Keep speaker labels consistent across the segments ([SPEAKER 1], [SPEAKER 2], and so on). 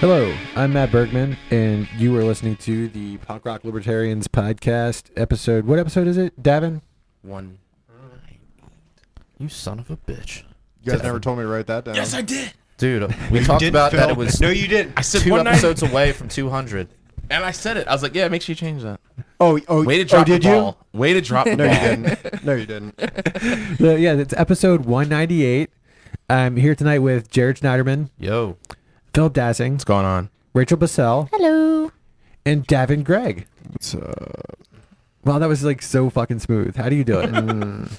[SPEAKER 1] Hello, I'm Matt Bergman, and you are listening to the Punk Rock Libertarians podcast episode. What episode is it, Davin?
[SPEAKER 2] One. nine, eight. You son of a bitch.
[SPEAKER 3] You guys never told me to write that down.
[SPEAKER 2] Yes, I did. Dude, we talked about that it was
[SPEAKER 4] no, you didn't.
[SPEAKER 2] I said
[SPEAKER 4] two
[SPEAKER 2] one episodes away from 200. And I said it. I was like, yeah, make sure you change that.
[SPEAKER 3] Oh, oh,
[SPEAKER 2] Way to drop
[SPEAKER 3] oh, did
[SPEAKER 2] the ball. Way to drop the
[SPEAKER 3] you? No, you
[SPEAKER 2] ball.
[SPEAKER 3] didn't. No, you didn't.
[SPEAKER 1] No, yeah, it's episode 198. I'm here tonight with Jared Schneiderman,
[SPEAKER 2] Yo,
[SPEAKER 1] Philip Dassing,
[SPEAKER 2] what's going on?
[SPEAKER 1] Rachel Bassell,
[SPEAKER 5] Hello.
[SPEAKER 1] and Davin Gregg.
[SPEAKER 3] It's, uh,
[SPEAKER 1] Wow, that was like so fucking smooth. How do you do it?
[SPEAKER 2] Mm.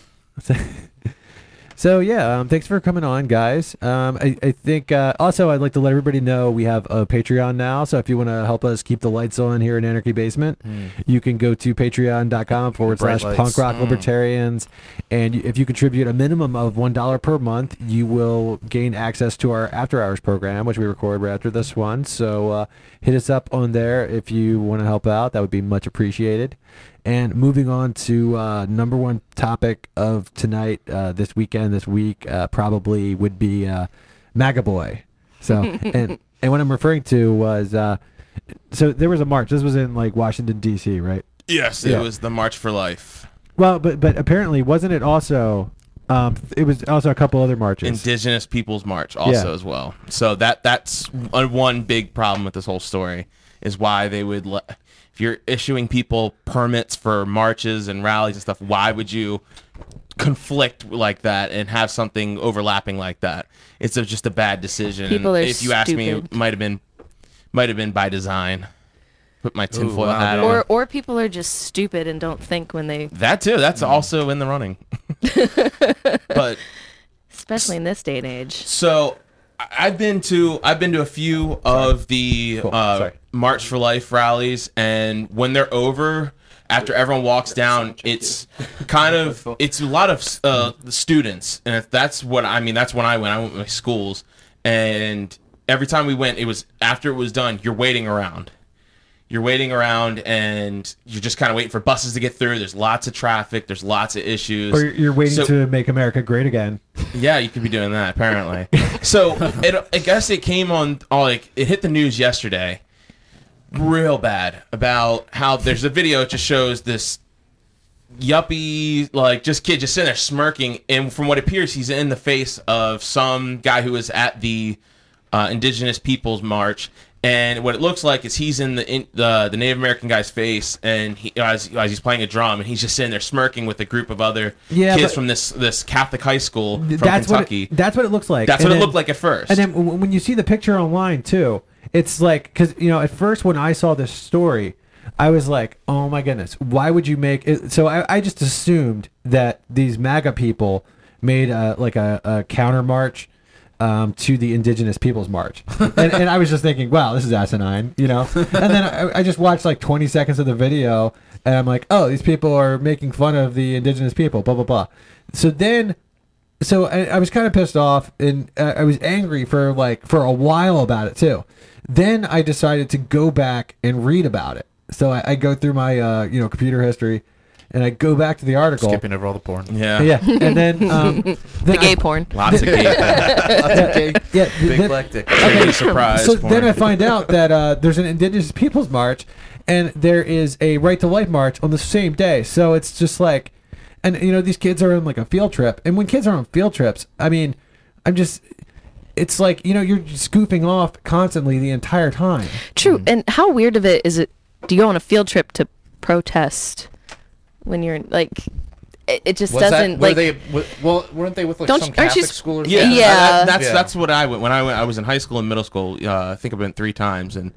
[SPEAKER 1] so yeah, um, thanks for coming on, guys. Um, I, I think uh, also I'd like to let everybody know we have a Patreon now. So if you want to help us keep the lights on here in Anarchy Basement, you can go to patreon.com forward
[SPEAKER 2] Mm. bright
[SPEAKER 1] slash
[SPEAKER 2] lights.
[SPEAKER 1] punk rock libertarians. And you- if you contribute a minimum of $1 per month, you will gain access to our after hours program, which we record right after this one. So uh, hit us up on there if you want to help out. That would be much appreciated. And moving on to uh, number one topic of tonight, uh, this weekend, this week, uh, probably would be uh, MAGA Boy. So, and, and what I'm referring to was. Uh, so there was a march. This was in like Washington D.C., right?
[SPEAKER 4] Yes,
[SPEAKER 1] Yeah.
[SPEAKER 4] it was the March for Life.
[SPEAKER 1] Well, but but apparently wasn't it also? Um, it was also a couple other marches.
[SPEAKER 4] Indigenous Peoples March also
[SPEAKER 1] Yeah.
[SPEAKER 4] as well. So that that's a, one big problem with this whole story is why they would le- if you're issuing people permits for marches and rallies and stuff, why would you conflict like that and have something overlapping like that? It's a, just a bad decision.
[SPEAKER 5] People are
[SPEAKER 4] if you ask me, it
[SPEAKER 5] stupid.
[SPEAKER 4] might have been might have been by design. Put my tinfoil
[SPEAKER 2] wow,
[SPEAKER 4] hat
[SPEAKER 2] dude.
[SPEAKER 4] on.
[SPEAKER 5] Or or people are just stupid and don't think when they,
[SPEAKER 4] That too. That's also in the running. but
[SPEAKER 5] especially in this day and age.
[SPEAKER 4] so I- I've been to I've been to a few of the uh,
[SPEAKER 1] Sorry.
[SPEAKER 4] March for Life rallies, and when they're over, after everyone walks down, it's kind of it's a lot of uh, the students, and if that's what I mean. That's when I went. I went with my schools, and every time we went, it was after it was done. You're waiting around you're waiting around and you're just kind of waiting for buses to get through. There's lots of traffic. There's lots of issues.
[SPEAKER 1] or you're you're waiting
[SPEAKER 4] So-
[SPEAKER 1] to make America great again.
[SPEAKER 4] yeah, you could be doing that apparently. so it, I guess it came on, oh, like it hit the news yesterday, real bad about how there's a video. It just shows this yuppie, like just kid, just sitting there smirking, and from what appears, he's in the face of some guy who was at the uh, Indigenous Peoples March. And what it looks like is he's in the in, the, the Native American guy's face, and he as, as he's playing a drum, and he's just sitting there smirking with a group of other
[SPEAKER 1] Yeah,
[SPEAKER 4] kids
[SPEAKER 1] but-
[SPEAKER 4] from this this Catholic high school from
[SPEAKER 1] that's
[SPEAKER 4] Kentucky.
[SPEAKER 1] What it, that's what it looks like.
[SPEAKER 4] that's
[SPEAKER 1] And
[SPEAKER 4] what
[SPEAKER 1] then-
[SPEAKER 4] it looked like at first.
[SPEAKER 1] And then w- when you see the picture online too, it's like because you know at first when I saw this story, I was like, oh my goodness, why would you make it? So I, I just assumed that these MAGA people made a, like a, a counter march. Um, to the Indigenous Peoples March, and, and I was just thinking, wow, this is asinine, you know. And then I, I just watched like 20 seconds of the video, and I'm like, oh, these people are making fun of the Indigenous people, blah blah blah. So then so I, I was kind of pissed off and uh, I was angry for like for a while about it too. Then I decided to go back and read about it. So I, I go through my uh, you know computer history, and I go back to the article.
[SPEAKER 2] Skipping over all the porn.
[SPEAKER 4] yeah.
[SPEAKER 1] Yeah, and then um,
[SPEAKER 5] The gay porn.
[SPEAKER 4] Lots of gay
[SPEAKER 2] Okay.
[SPEAKER 1] Yeah,
[SPEAKER 2] Big
[SPEAKER 1] then-
[SPEAKER 2] black dick.
[SPEAKER 4] big surprise.
[SPEAKER 1] so
[SPEAKER 4] porn.
[SPEAKER 1] then I find out that uh, there's an Indigenous Peoples March, and there is a Right to Life March on the same day. So it's just like, and you know, these kids are on like a field trip, and when kids are on field trips, I mean, I'm just, it's like you know, you're just goofing off constantly the entire time.
[SPEAKER 4] Mm-hmm.
[SPEAKER 5] True. And how weird of it is it? Do you go on a field trip to protest when you're like? It, it just
[SPEAKER 2] Was
[SPEAKER 5] doesn't
[SPEAKER 2] that, were
[SPEAKER 5] like.
[SPEAKER 2] they, w- well, weren't they with like
[SPEAKER 5] Don't
[SPEAKER 2] some
[SPEAKER 5] you- aren't you
[SPEAKER 2] Catholic
[SPEAKER 5] s-
[SPEAKER 2] school or
[SPEAKER 4] Yeah,
[SPEAKER 2] something?
[SPEAKER 5] Yeah.
[SPEAKER 4] I- I- that's
[SPEAKER 2] Yeah.
[SPEAKER 4] that's what I went when I went. I was in high school and middle school. Uh, I think I went three times, and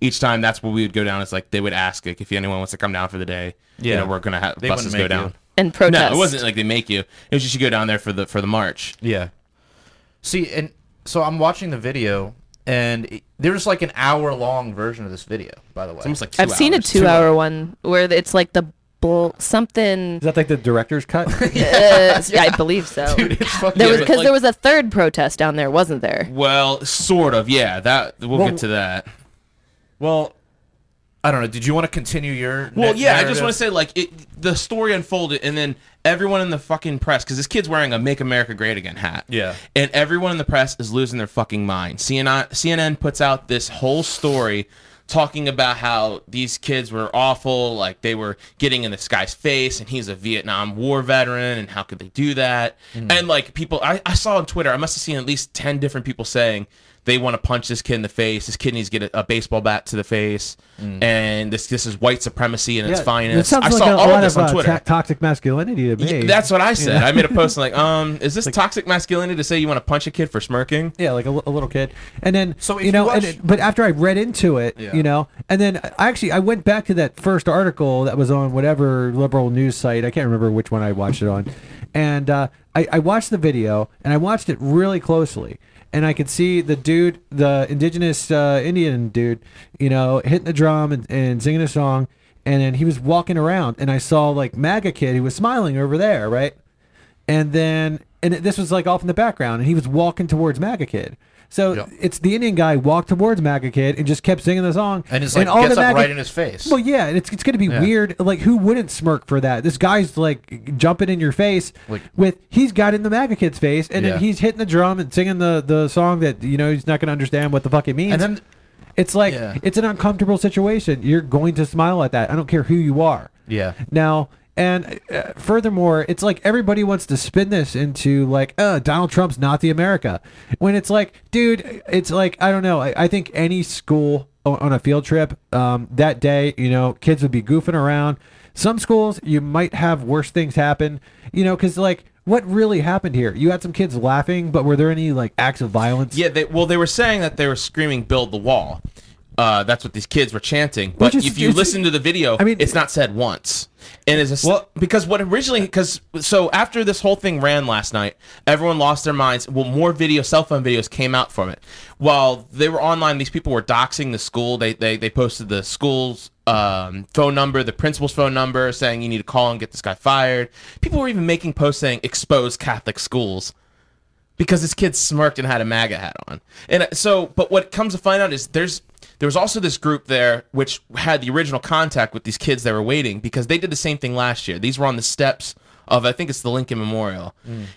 [SPEAKER 4] each time that's where we would go down. It's like they would ask like, if anyone wants to come down for the day. Yeah,
[SPEAKER 2] Yeah.
[SPEAKER 4] you know, we're gonna have
[SPEAKER 2] They
[SPEAKER 4] buses go
[SPEAKER 2] wouldn't make
[SPEAKER 4] down.
[SPEAKER 2] you.
[SPEAKER 5] and protest.
[SPEAKER 4] No, it wasn't like they make you. It was just you go down there for the for the march.
[SPEAKER 2] Yeah. See, and so I'm watching the video, and it, there's like an hour long version of this video, by the way.
[SPEAKER 4] It's almost like two
[SPEAKER 5] I've seen a
[SPEAKER 4] hours.
[SPEAKER 5] two-hour one where it's like the bull something.
[SPEAKER 1] Is that like the director's cut?
[SPEAKER 5] Uh, I believe so.
[SPEAKER 2] Dude, it's fucking.
[SPEAKER 5] There was
[SPEAKER 4] but
[SPEAKER 5] because
[SPEAKER 4] like-
[SPEAKER 5] there was a third protest down there, wasn't there?
[SPEAKER 4] Well, sort of. Yeah, that we'll,
[SPEAKER 2] Well,
[SPEAKER 4] get to that.
[SPEAKER 2] Well, I don't know. Did you want to continue your?
[SPEAKER 4] Well,
[SPEAKER 2] na-
[SPEAKER 4] yeah, I just
[SPEAKER 2] narrative?
[SPEAKER 4] want to say like it, the story unfolded, and then everyone in the fucking press because this kid's wearing a "Make America Great Again" hat.
[SPEAKER 2] Yeah.
[SPEAKER 4] and everyone in the press is losing their fucking mind. CNN CNN puts out this whole story talking about how these kids were awful, like they were getting in this guy's face, and he's a Vietnam War veteran, and how could they do that? And like people, I, I saw on Twitter, I must have seen at least ten different people saying they want to punch this kid in the face. This kid needs to get a, a baseball bat to the face, and this this is white supremacy and its
[SPEAKER 1] That
[SPEAKER 4] finest.
[SPEAKER 1] sounds
[SPEAKER 4] I
[SPEAKER 1] like
[SPEAKER 4] saw
[SPEAKER 1] a
[SPEAKER 4] all
[SPEAKER 1] lot
[SPEAKER 4] of this
[SPEAKER 1] of
[SPEAKER 4] on
[SPEAKER 1] uh,
[SPEAKER 4] Twitter.
[SPEAKER 1] ta- toxic masculinity to me.
[SPEAKER 4] Yeah, that's what I said. I made a post like, um, is this toxic masculinity to say you want to punch a kid for smirking?
[SPEAKER 1] Yeah, like a, li- a little kid, and then
[SPEAKER 2] So
[SPEAKER 1] so
[SPEAKER 2] if
[SPEAKER 1] you know,
[SPEAKER 2] you watch-
[SPEAKER 1] and it- but after I read into it,
[SPEAKER 2] Yeah.
[SPEAKER 1] you know, and then I actually I went back to that first article that was on whatever liberal news site I can't remember which one I watched it on, and uh, I, I watched the video and I watched it really closely, and I could see the dude, the indigenous uh, Indian dude, you know, hitting the drum and, and singing a song, and then he was walking around, and I saw like MAGA kid who was smiling over there, right, and then and it- this was like off in the background, and he was walking towards MAGA Kid. So
[SPEAKER 2] Yeah.
[SPEAKER 1] it's the Indian guy walked towards MAGA Kid and just kept singing the song.
[SPEAKER 2] And it's like gets up right in his face.
[SPEAKER 1] Well, yeah, and it's it's gonna be weird. Like, who wouldn't smirk for that? This guy's like jumping in your face
[SPEAKER 2] Like-
[SPEAKER 1] with he's got in the MAGA Kid's face, and
[SPEAKER 2] Yeah.
[SPEAKER 1] then he's hitting the drum and singing the the song that you know he's not gonna understand what the fuck it means.
[SPEAKER 2] and then
[SPEAKER 1] It's like
[SPEAKER 2] Yeah.
[SPEAKER 1] it's an uncomfortable situation. You're going to smile at that. I don't care who you are.
[SPEAKER 2] Yeah.
[SPEAKER 1] Now, and uh, furthermore, it's like everybody wants to spin this into like, uh, Donald Trump's not the America. When it's like, dude, it's like I don't know. I, I think any school o- on a field trip um, that day, you know, kids would be goofing around. Some schools, you might have worse things happen. You know, because like. What really happened here? You had some kids laughing, but were there any like acts of violence?
[SPEAKER 4] Yeah, they, well, they were saying that they were screaming "Build the Wall." Uh, that's what these kids were chanting. But
[SPEAKER 1] is-
[SPEAKER 4] if you
[SPEAKER 1] it's-
[SPEAKER 4] listen to the video,
[SPEAKER 1] I mean-
[SPEAKER 4] it's not said once. And is well because what originally because so after this whole thing ran last night, everyone lost their minds. Well, more video, cell phone videos came out from it. While they were online, these people were doxing the school. They they, they posted the school's um, phone number, the principal's phone number, saying you need to call and get this guy fired. People were even making posts saying expose Catholic schools because this kid smirked and had a MAGA hat on. And uh, so, but what comes to find out is there's there was also this group there which had the original contact with these kids that were waiting because they did the same thing last year. These were on the steps of I think it's the Lincoln Memorial.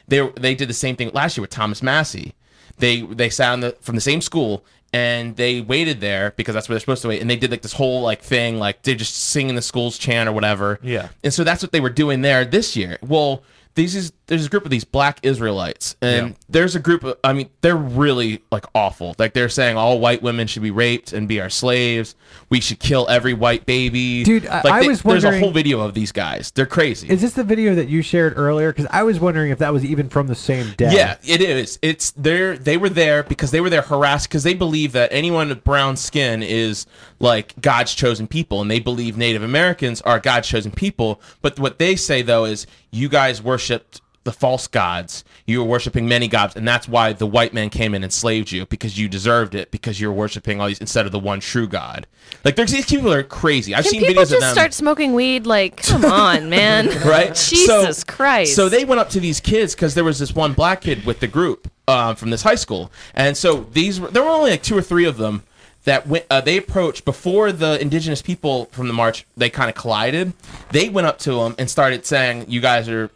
[SPEAKER 4] They they did the same thing last year with Thomas Massey. They they sat on the, from the same school and they waited there because that's where they're supposed to wait. And they did like this whole like thing like they're just singing the school's chant or whatever.
[SPEAKER 2] Yeah.
[SPEAKER 4] And so that's what they were doing there this year. Well, these is there's a group of these black Israelites, and
[SPEAKER 2] Yeah.
[SPEAKER 4] there's a group of I mean, they're really like awful. Like they're saying all white women should be raped and be our slaves. We should kill every white baby.
[SPEAKER 1] Dude, I-
[SPEAKER 4] like
[SPEAKER 1] I
[SPEAKER 4] they-
[SPEAKER 1] was
[SPEAKER 4] there's a
[SPEAKER 1] wondering-
[SPEAKER 4] whole video of these guys. They're crazy.
[SPEAKER 1] Is this the video that you shared earlier? Because I was wondering if that was even from the same day.
[SPEAKER 4] Yeah, it is. It's they're they were there because they were there harassed because they believe that anyone with brown skin is like God's chosen people, and they believe Native Americans are God's chosen people. But what they say though is, you guys worshipped the false gods. You were worshiping many gods, and that's why the white man came and enslaved you because you deserved it because you're worshiping all these instead of the one true God. Like there's these people are crazy. I've
[SPEAKER 5] Can
[SPEAKER 4] seen
[SPEAKER 5] people
[SPEAKER 4] videos of
[SPEAKER 5] just
[SPEAKER 4] them.
[SPEAKER 5] start smoking weed? Like, come on, man.
[SPEAKER 4] right?
[SPEAKER 5] Jesus
[SPEAKER 4] so,
[SPEAKER 5] Christ.
[SPEAKER 4] So they went up to these kids because there was this one black kid with the group uh, from this high school, and so these were, there were only like two or three of them that went. Uh, they approached before the indigenous people from the march. They kind of collided. They went up to them and started saying, "You guys are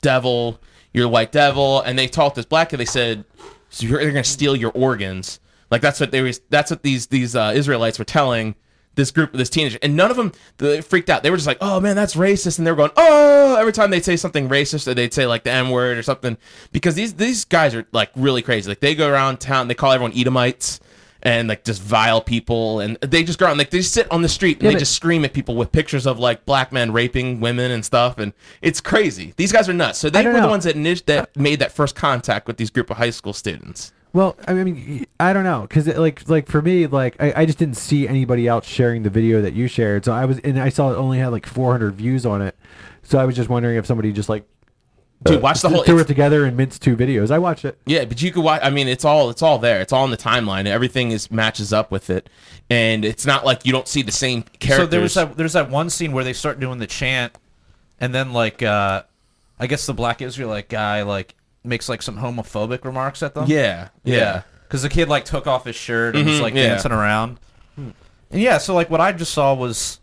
[SPEAKER 4] devil. You're the white devil." And they talked to this black kid. They said, so you're, "They're going to steal your organs." Like that's what they was. That's what these these uh, Israelites were telling this group this teenager and none of them they freaked out they were just like oh man that's racist and they were going oh every time they'd say something racist or they'd say like the n word or something because these these guys are like really crazy like they go around town they call everyone edomites and like just vile people and they just go around like they just sit on the street and
[SPEAKER 1] Yeah,
[SPEAKER 4] they
[SPEAKER 1] but-
[SPEAKER 4] just scream at people with pictures of like black men raping women and stuff and it's crazy these guys are nuts so they
[SPEAKER 1] I
[SPEAKER 4] were
[SPEAKER 1] don't
[SPEAKER 4] the
[SPEAKER 1] know.
[SPEAKER 4] ones that niche, that made that first contact with these group of high school students
[SPEAKER 1] Well, I mean, I don't know, cause it, like, like for me, like I, I just didn't see anybody else sharing the video that you shared. So I was, and I saw it only had like 400 views on it. So I was just wondering if somebody just like uh,
[SPEAKER 4] dude watch the whole
[SPEAKER 1] threw it together and minced two videos. I watched it.
[SPEAKER 4] Yeah, but you could watch. I mean, it's all it's all there. It's all in the timeline. Everything is matches up with it, and it's not like you don't see the same characters.
[SPEAKER 2] So there was that there's that one scene where they start doing the chant, and then like uh, I guess the black Israelite guy like makes like some homophobic remarks at them.
[SPEAKER 4] yeah, yeah.
[SPEAKER 2] because the kid like took off his shirt and was
[SPEAKER 4] Mhm,
[SPEAKER 2] like
[SPEAKER 4] yeah.
[SPEAKER 2] dancing around. And yeah, so like what I just saw was,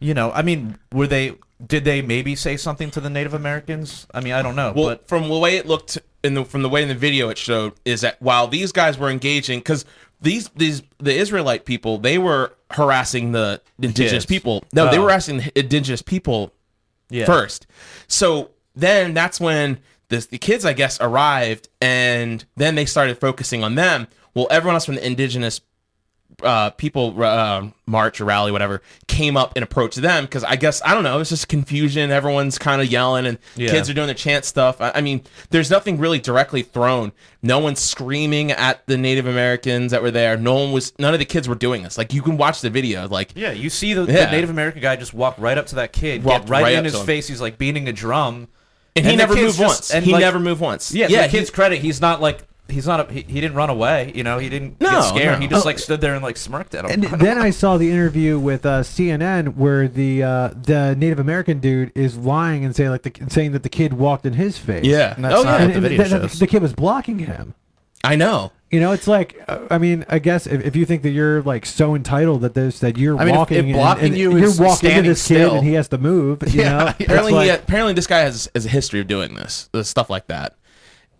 [SPEAKER 2] you know, I mean, were they? Did they maybe say something to the Native Americans? I mean, I don't know.
[SPEAKER 4] Well,
[SPEAKER 2] but
[SPEAKER 4] from the way it looked in the from the way in the video it showed is that while these guys were engaging, because these these the Israelite people they were harassing the indigenous
[SPEAKER 2] Kids.
[SPEAKER 4] people. No, they
[SPEAKER 2] Oh.
[SPEAKER 4] were harassing the indigenous people
[SPEAKER 2] yeah.
[SPEAKER 4] first. So then that's when this, the kids, I guess, arrived, and then they started focusing on them. Well, everyone else from the indigenous uh, people uh, march or rally, whatever, came up and approached them because I guess I don't know. It's just confusion. Everyone's kind of yelling, and
[SPEAKER 2] Yeah.
[SPEAKER 4] kids are doing the chant stuff. I, I mean, there's nothing really directly thrown. No one's screaming at the Native Americans that were there. No one was. None of the kids were doing this. Like you can watch the video. Like
[SPEAKER 2] Yeah, you see the,
[SPEAKER 4] Yeah.
[SPEAKER 2] the Native American guy just walk right up to that kid,
[SPEAKER 4] Walked
[SPEAKER 2] get right,
[SPEAKER 4] right up
[SPEAKER 2] in his
[SPEAKER 4] to him.
[SPEAKER 2] face. He's like beating a drum,
[SPEAKER 4] and he
[SPEAKER 2] the
[SPEAKER 4] never moved
[SPEAKER 2] kids just-
[SPEAKER 4] once. he
[SPEAKER 2] like-
[SPEAKER 4] never moved once.
[SPEAKER 2] Yeah, yeah.
[SPEAKER 4] yeah.
[SPEAKER 2] To the kid's credit, he's not like he's not a, he, he didn't run away. You know, he didn't
[SPEAKER 4] No,
[SPEAKER 2] get scared.
[SPEAKER 4] no. Oh.
[SPEAKER 2] He just like stood there and like smirked at him.
[SPEAKER 1] And then I saw the interview with uh, CNN where the uh, the Native American dude is lying and saying like the, saying that the kid walked in his face.
[SPEAKER 4] Yeah.
[SPEAKER 3] And that's
[SPEAKER 4] oh,
[SPEAKER 3] not
[SPEAKER 4] yeah.
[SPEAKER 1] and,
[SPEAKER 3] what the
[SPEAKER 1] and
[SPEAKER 3] video
[SPEAKER 1] that- that
[SPEAKER 3] shows.
[SPEAKER 1] the kid was blocking him.
[SPEAKER 4] I know.
[SPEAKER 1] You know, it's like uh, I mean, I guess if, if you think that you're like so entitled that this that you're
[SPEAKER 3] I mean, if-
[SPEAKER 1] walking
[SPEAKER 3] if
[SPEAKER 1] and-
[SPEAKER 3] blocking
[SPEAKER 1] and,
[SPEAKER 3] you is
[SPEAKER 1] you're walking into
[SPEAKER 3] standing
[SPEAKER 1] this kid
[SPEAKER 3] still.
[SPEAKER 1] and he has to move, you
[SPEAKER 3] Yeah.
[SPEAKER 1] know, it's
[SPEAKER 4] apparently,
[SPEAKER 1] like-
[SPEAKER 4] he, apparently this guy has, has a history of doing this, this stuff like that,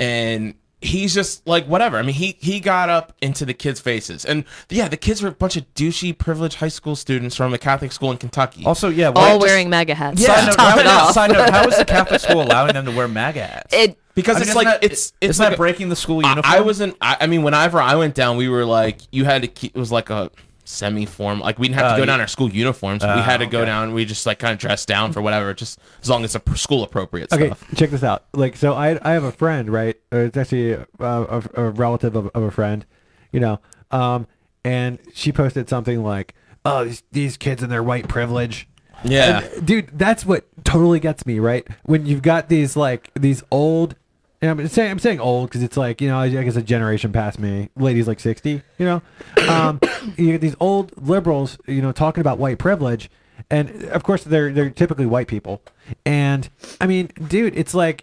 [SPEAKER 4] and he's just like whatever. I mean, he he got up into the kids' faces, and yeah, the kids were a bunch of douchey, privileged high school students from a Catholic school in Kentucky.
[SPEAKER 2] also, yeah,
[SPEAKER 5] all
[SPEAKER 2] why just-
[SPEAKER 5] wearing MAGA hats.
[SPEAKER 2] Side
[SPEAKER 5] to
[SPEAKER 2] note,
[SPEAKER 5] top
[SPEAKER 2] how,
[SPEAKER 5] it off.
[SPEAKER 2] side note, how is the Catholic school allowing them to wear MAGA hats?
[SPEAKER 5] It
[SPEAKER 4] because
[SPEAKER 2] I mean,
[SPEAKER 4] it's
[SPEAKER 2] isn't
[SPEAKER 4] like
[SPEAKER 2] that-
[SPEAKER 4] it's
[SPEAKER 2] isn't
[SPEAKER 4] it's
[SPEAKER 2] that
[SPEAKER 4] like a-
[SPEAKER 2] breaking the school
[SPEAKER 4] I,
[SPEAKER 2] uniform.
[SPEAKER 4] I wasn't. I, I mean, whenever I went down, we were like, you had to keep. It was like a semi-form. Like we didn't have to
[SPEAKER 2] Oh,
[SPEAKER 4] go
[SPEAKER 2] you-
[SPEAKER 4] down in our school uniforms. we
[SPEAKER 2] Oh,
[SPEAKER 4] had to go
[SPEAKER 2] okay.
[SPEAKER 4] down. We just like kind of dressed down for whatever, just as long as it's a school appropriate
[SPEAKER 1] Okay,
[SPEAKER 4] stuff.
[SPEAKER 1] check this out. Like, so I I have a friend, right? Or it's actually uh, a, a relative of, of a friend, you know. Um, and she posted something like, "Oh, these, these kids and their white privilege."
[SPEAKER 4] Yeah.
[SPEAKER 1] And, dude, that's what totally gets me, right? When you've got these like these old, and I'm saying I'm saying old because it's like you know I guess a generation past me, ladies like sixty, you know, um, you get these old liberals, you know, talking about white privilege, and of course they're they're typically white people, and I mean, dude, it's like.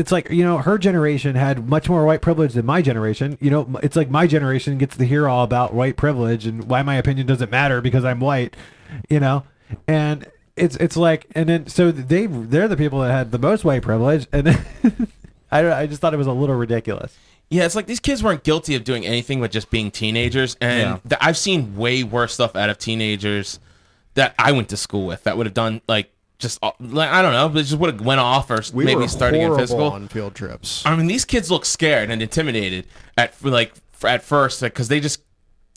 [SPEAKER 1] It's like you know, her generation had much more white privilege than my generation. You know, m- it's like my generation gets to hear all about white privilege and why my opinion doesn't matter because I'm white. You know, and it's it's like and then so they they're the people that had the most white privilege and then, I don't, I just thought it was a little ridiculous.
[SPEAKER 4] Yeah, it's like these kids weren't guilty of doing anything but just being teenagers, and
[SPEAKER 2] Yeah.
[SPEAKER 4] th- I've seen way worse stuff out of teenagers that I went to school with that would have done like just all- like I don't know, they just would have went off or s-
[SPEAKER 3] We
[SPEAKER 4] maybe
[SPEAKER 3] were
[SPEAKER 4] starting in
[SPEAKER 3] horrible
[SPEAKER 4] physical.
[SPEAKER 3] on field trips.
[SPEAKER 4] I mean, these kids look scared and intimidated at f- like f- at first because they just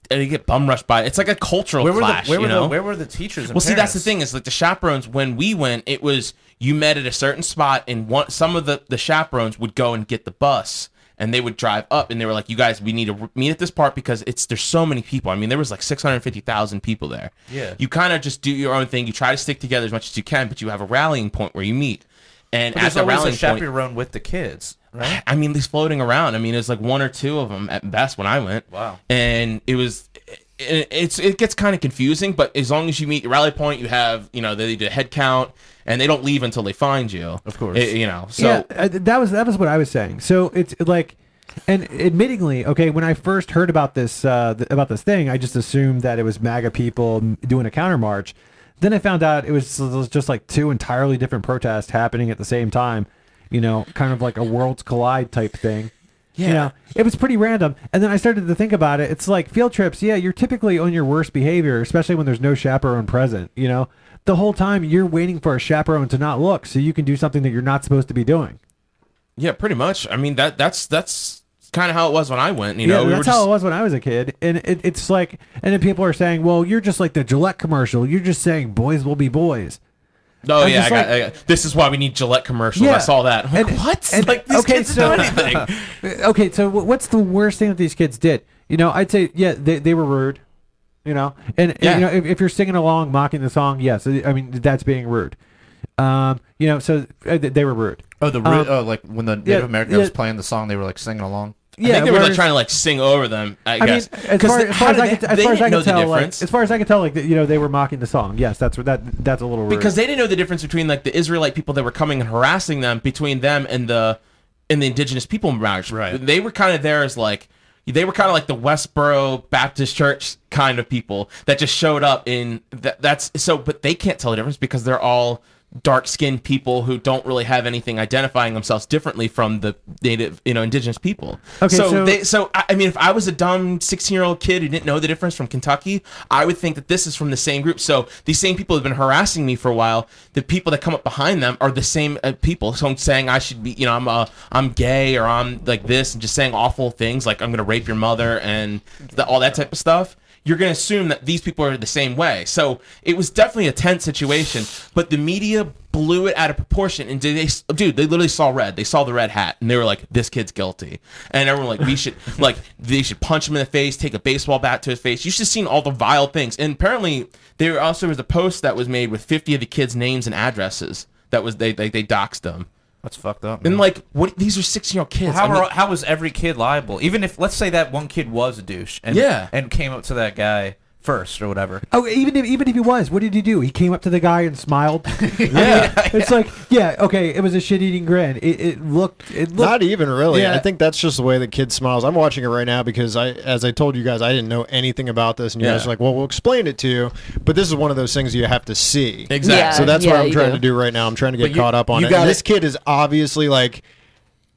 [SPEAKER 4] they get bum rushed by. It's like a cultural
[SPEAKER 2] where were
[SPEAKER 4] clash,
[SPEAKER 2] the where
[SPEAKER 4] you
[SPEAKER 2] were
[SPEAKER 4] know.
[SPEAKER 2] the where were the teachers? And
[SPEAKER 4] Well, see, that's the
[SPEAKER 2] parents?
[SPEAKER 4] thing is like the chaperones. When we went, it was you met at a certain spot, and one some of the the chaperones would go and get the bus, and they would drive up, and they were like, "You guys, we need to re- meet at this part because it's there's so many people. I mean, there was like six hundred fifty thousand people there.
[SPEAKER 2] Yeah.
[SPEAKER 4] you kind of just do your own thing. You try to stick together as much as you can, but you have a rallying point where you meet, and
[SPEAKER 2] But
[SPEAKER 4] at
[SPEAKER 2] There's
[SPEAKER 4] the
[SPEAKER 2] always a
[SPEAKER 4] rallying point,
[SPEAKER 2] chaperone with the kids, right?
[SPEAKER 4] I mean, these floating around. I mean, it's like one or two of them at best when I went.
[SPEAKER 2] Wow.
[SPEAKER 4] And it was, it, it's it gets kind of confusing. But as long as you meet your rally point, you have you know they do a head count, and they don't leave until they find you.
[SPEAKER 2] Of course.
[SPEAKER 4] It- you know. So
[SPEAKER 1] yeah, I- Uh, that was that was what I was saying. So it's like, and admittingly, okay, when I first heard about this uh, th- about this thing, I just assumed that it was MAGA people m- doing a counter march. Then I found out it was, it was just like two entirely different protests happening at the same time. You know, kind of like a worlds collide type thing. You
[SPEAKER 4] Yeah.
[SPEAKER 1] know, it was pretty random. And then I started to think about it. It's like field trips. Yeah, you're typically on your worst behavior, especially when there's no chaperone present. You know, the whole time you're waiting for a chaperone to not look so you can do something that you're not supposed to be doing.
[SPEAKER 4] yeah, pretty much. I mean that that's that's kind of how it was when I went. You
[SPEAKER 1] Yeah,
[SPEAKER 4] know,
[SPEAKER 1] that's how it was when I was a kid. And it, it's like, and then people are saying, well, you're just like the Gillette commercial. You're just saying boys will be boys.
[SPEAKER 4] Oh
[SPEAKER 1] I'm
[SPEAKER 4] yeah, I
[SPEAKER 1] just
[SPEAKER 4] got,
[SPEAKER 1] like-
[SPEAKER 4] I got- this is why we need Gillette commercials. I
[SPEAKER 1] Yeah.
[SPEAKER 4] saw that. I'm like,
[SPEAKER 1] And-
[SPEAKER 4] what?
[SPEAKER 1] and-
[SPEAKER 4] like these
[SPEAKER 1] okay,
[SPEAKER 4] kids
[SPEAKER 1] so-
[SPEAKER 4] do anything.
[SPEAKER 1] Uh, Okay, so wh- what's the worst thing that these kids did? You know, I'd say, yeah, they, they were rude. You know, and
[SPEAKER 4] Yeah.
[SPEAKER 1] you know, if, if you're singing along, mocking the song, yes, uh, I mean that's being rude. Um, you know, so uh, th- they were rude.
[SPEAKER 2] Oh, the
[SPEAKER 1] Um,
[SPEAKER 2] oh, like when the
[SPEAKER 1] yeah, yeah.
[SPEAKER 2] playing the song, they were like singing along.
[SPEAKER 4] I think they were like
[SPEAKER 1] whereas-
[SPEAKER 4] trying to like sing over them. I,
[SPEAKER 1] I mean,
[SPEAKER 4] guess.
[SPEAKER 1] as far, as, far as I can, as far as I can tell, like, as far as I can tell, like you know, they were mocking the song. Yes, that's what that that's a little rude.
[SPEAKER 4] because they didn't know the difference between like the Israelite people that were coming and harassing them between them and the and the indigenous people march.
[SPEAKER 2] Right.
[SPEAKER 4] They were kind of there as like they were kind of like the Westboro Baptist Church kind of people that just showed up in that. That's so, but they can't tell the difference because they're all dark skinned people who don't really have anything identifying themselves differently from the native, you know, indigenous people.
[SPEAKER 1] Okay,
[SPEAKER 4] so,
[SPEAKER 1] so-
[SPEAKER 4] they, so I I mean, if I was a dumb sixteen year old kid who didn't know the difference from Kentucky, I would think that this is from the same group. So these same people have been harassing me for a while. The people that come up behind them are the same uh, people. So I'm saying I should be, you know, I'm uh, I'm gay or I'm like this, and just saying awful things like I'm gonna rape your mother and the, all that type of stuff you're going to assume that these people are the same way. So it was definitely a tense situation, but the media blew it out of proportion. And did they, dude, they literally saw red. They saw the red hat, and they were like, "This kid's guilty." And everyone like, we should like, they should punch him in the face, take a baseball bat to his face. You should have seen all the vile things. And apparently, there also was a post that was made with 50 of the kids' names and addresses. That was they they, they doxed them.
[SPEAKER 2] That's fucked up.
[SPEAKER 4] And like, what? These are 16 year old kids.
[SPEAKER 2] How
[SPEAKER 4] I mean-
[SPEAKER 2] are, how was every kid liable? Even if let's say that one kid was a douche and
[SPEAKER 4] Yeah.
[SPEAKER 2] and came up to that guy first or whatever.
[SPEAKER 1] Oh, even if, even if he was, what did he do? He came up to the guy and smiled. yeah, it's like yeah, okay, it was a shit-eating grin. It, it looked it looked
[SPEAKER 3] Not even really.
[SPEAKER 1] Yeah.
[SPEAKER 3] I think that's just the way the kid smiles. I'm watching it right now because I, as I told you guys, I didn't know anything about this, and you guys
[SPEAKER 4] Yeah.
[SPEAKER 3] are like, "Well, we'll explain it to you." But this is one of those things you have to see.
[SPEAKER 4] Exactly.
[SPEAKER 5] Yeah,
[SPEAKER 3] so that's
[SPEAKER 5] Uh, yeah,
[SPEAKER 3] what I'm
[SPEAKER 5] you
[SPEAKER 3] trying
[SPEAKER 5] do.
[SPEAKER 3] to do right now. I'm trying to get
[SPEAKER 2] But you-
[SPEAKER 3] caught up on
[SPEAKER 2] you
[SPEAKER 3] it. And
[SPEAKER 2] gotta-
[SPEAKER 3] This kid is obviously like,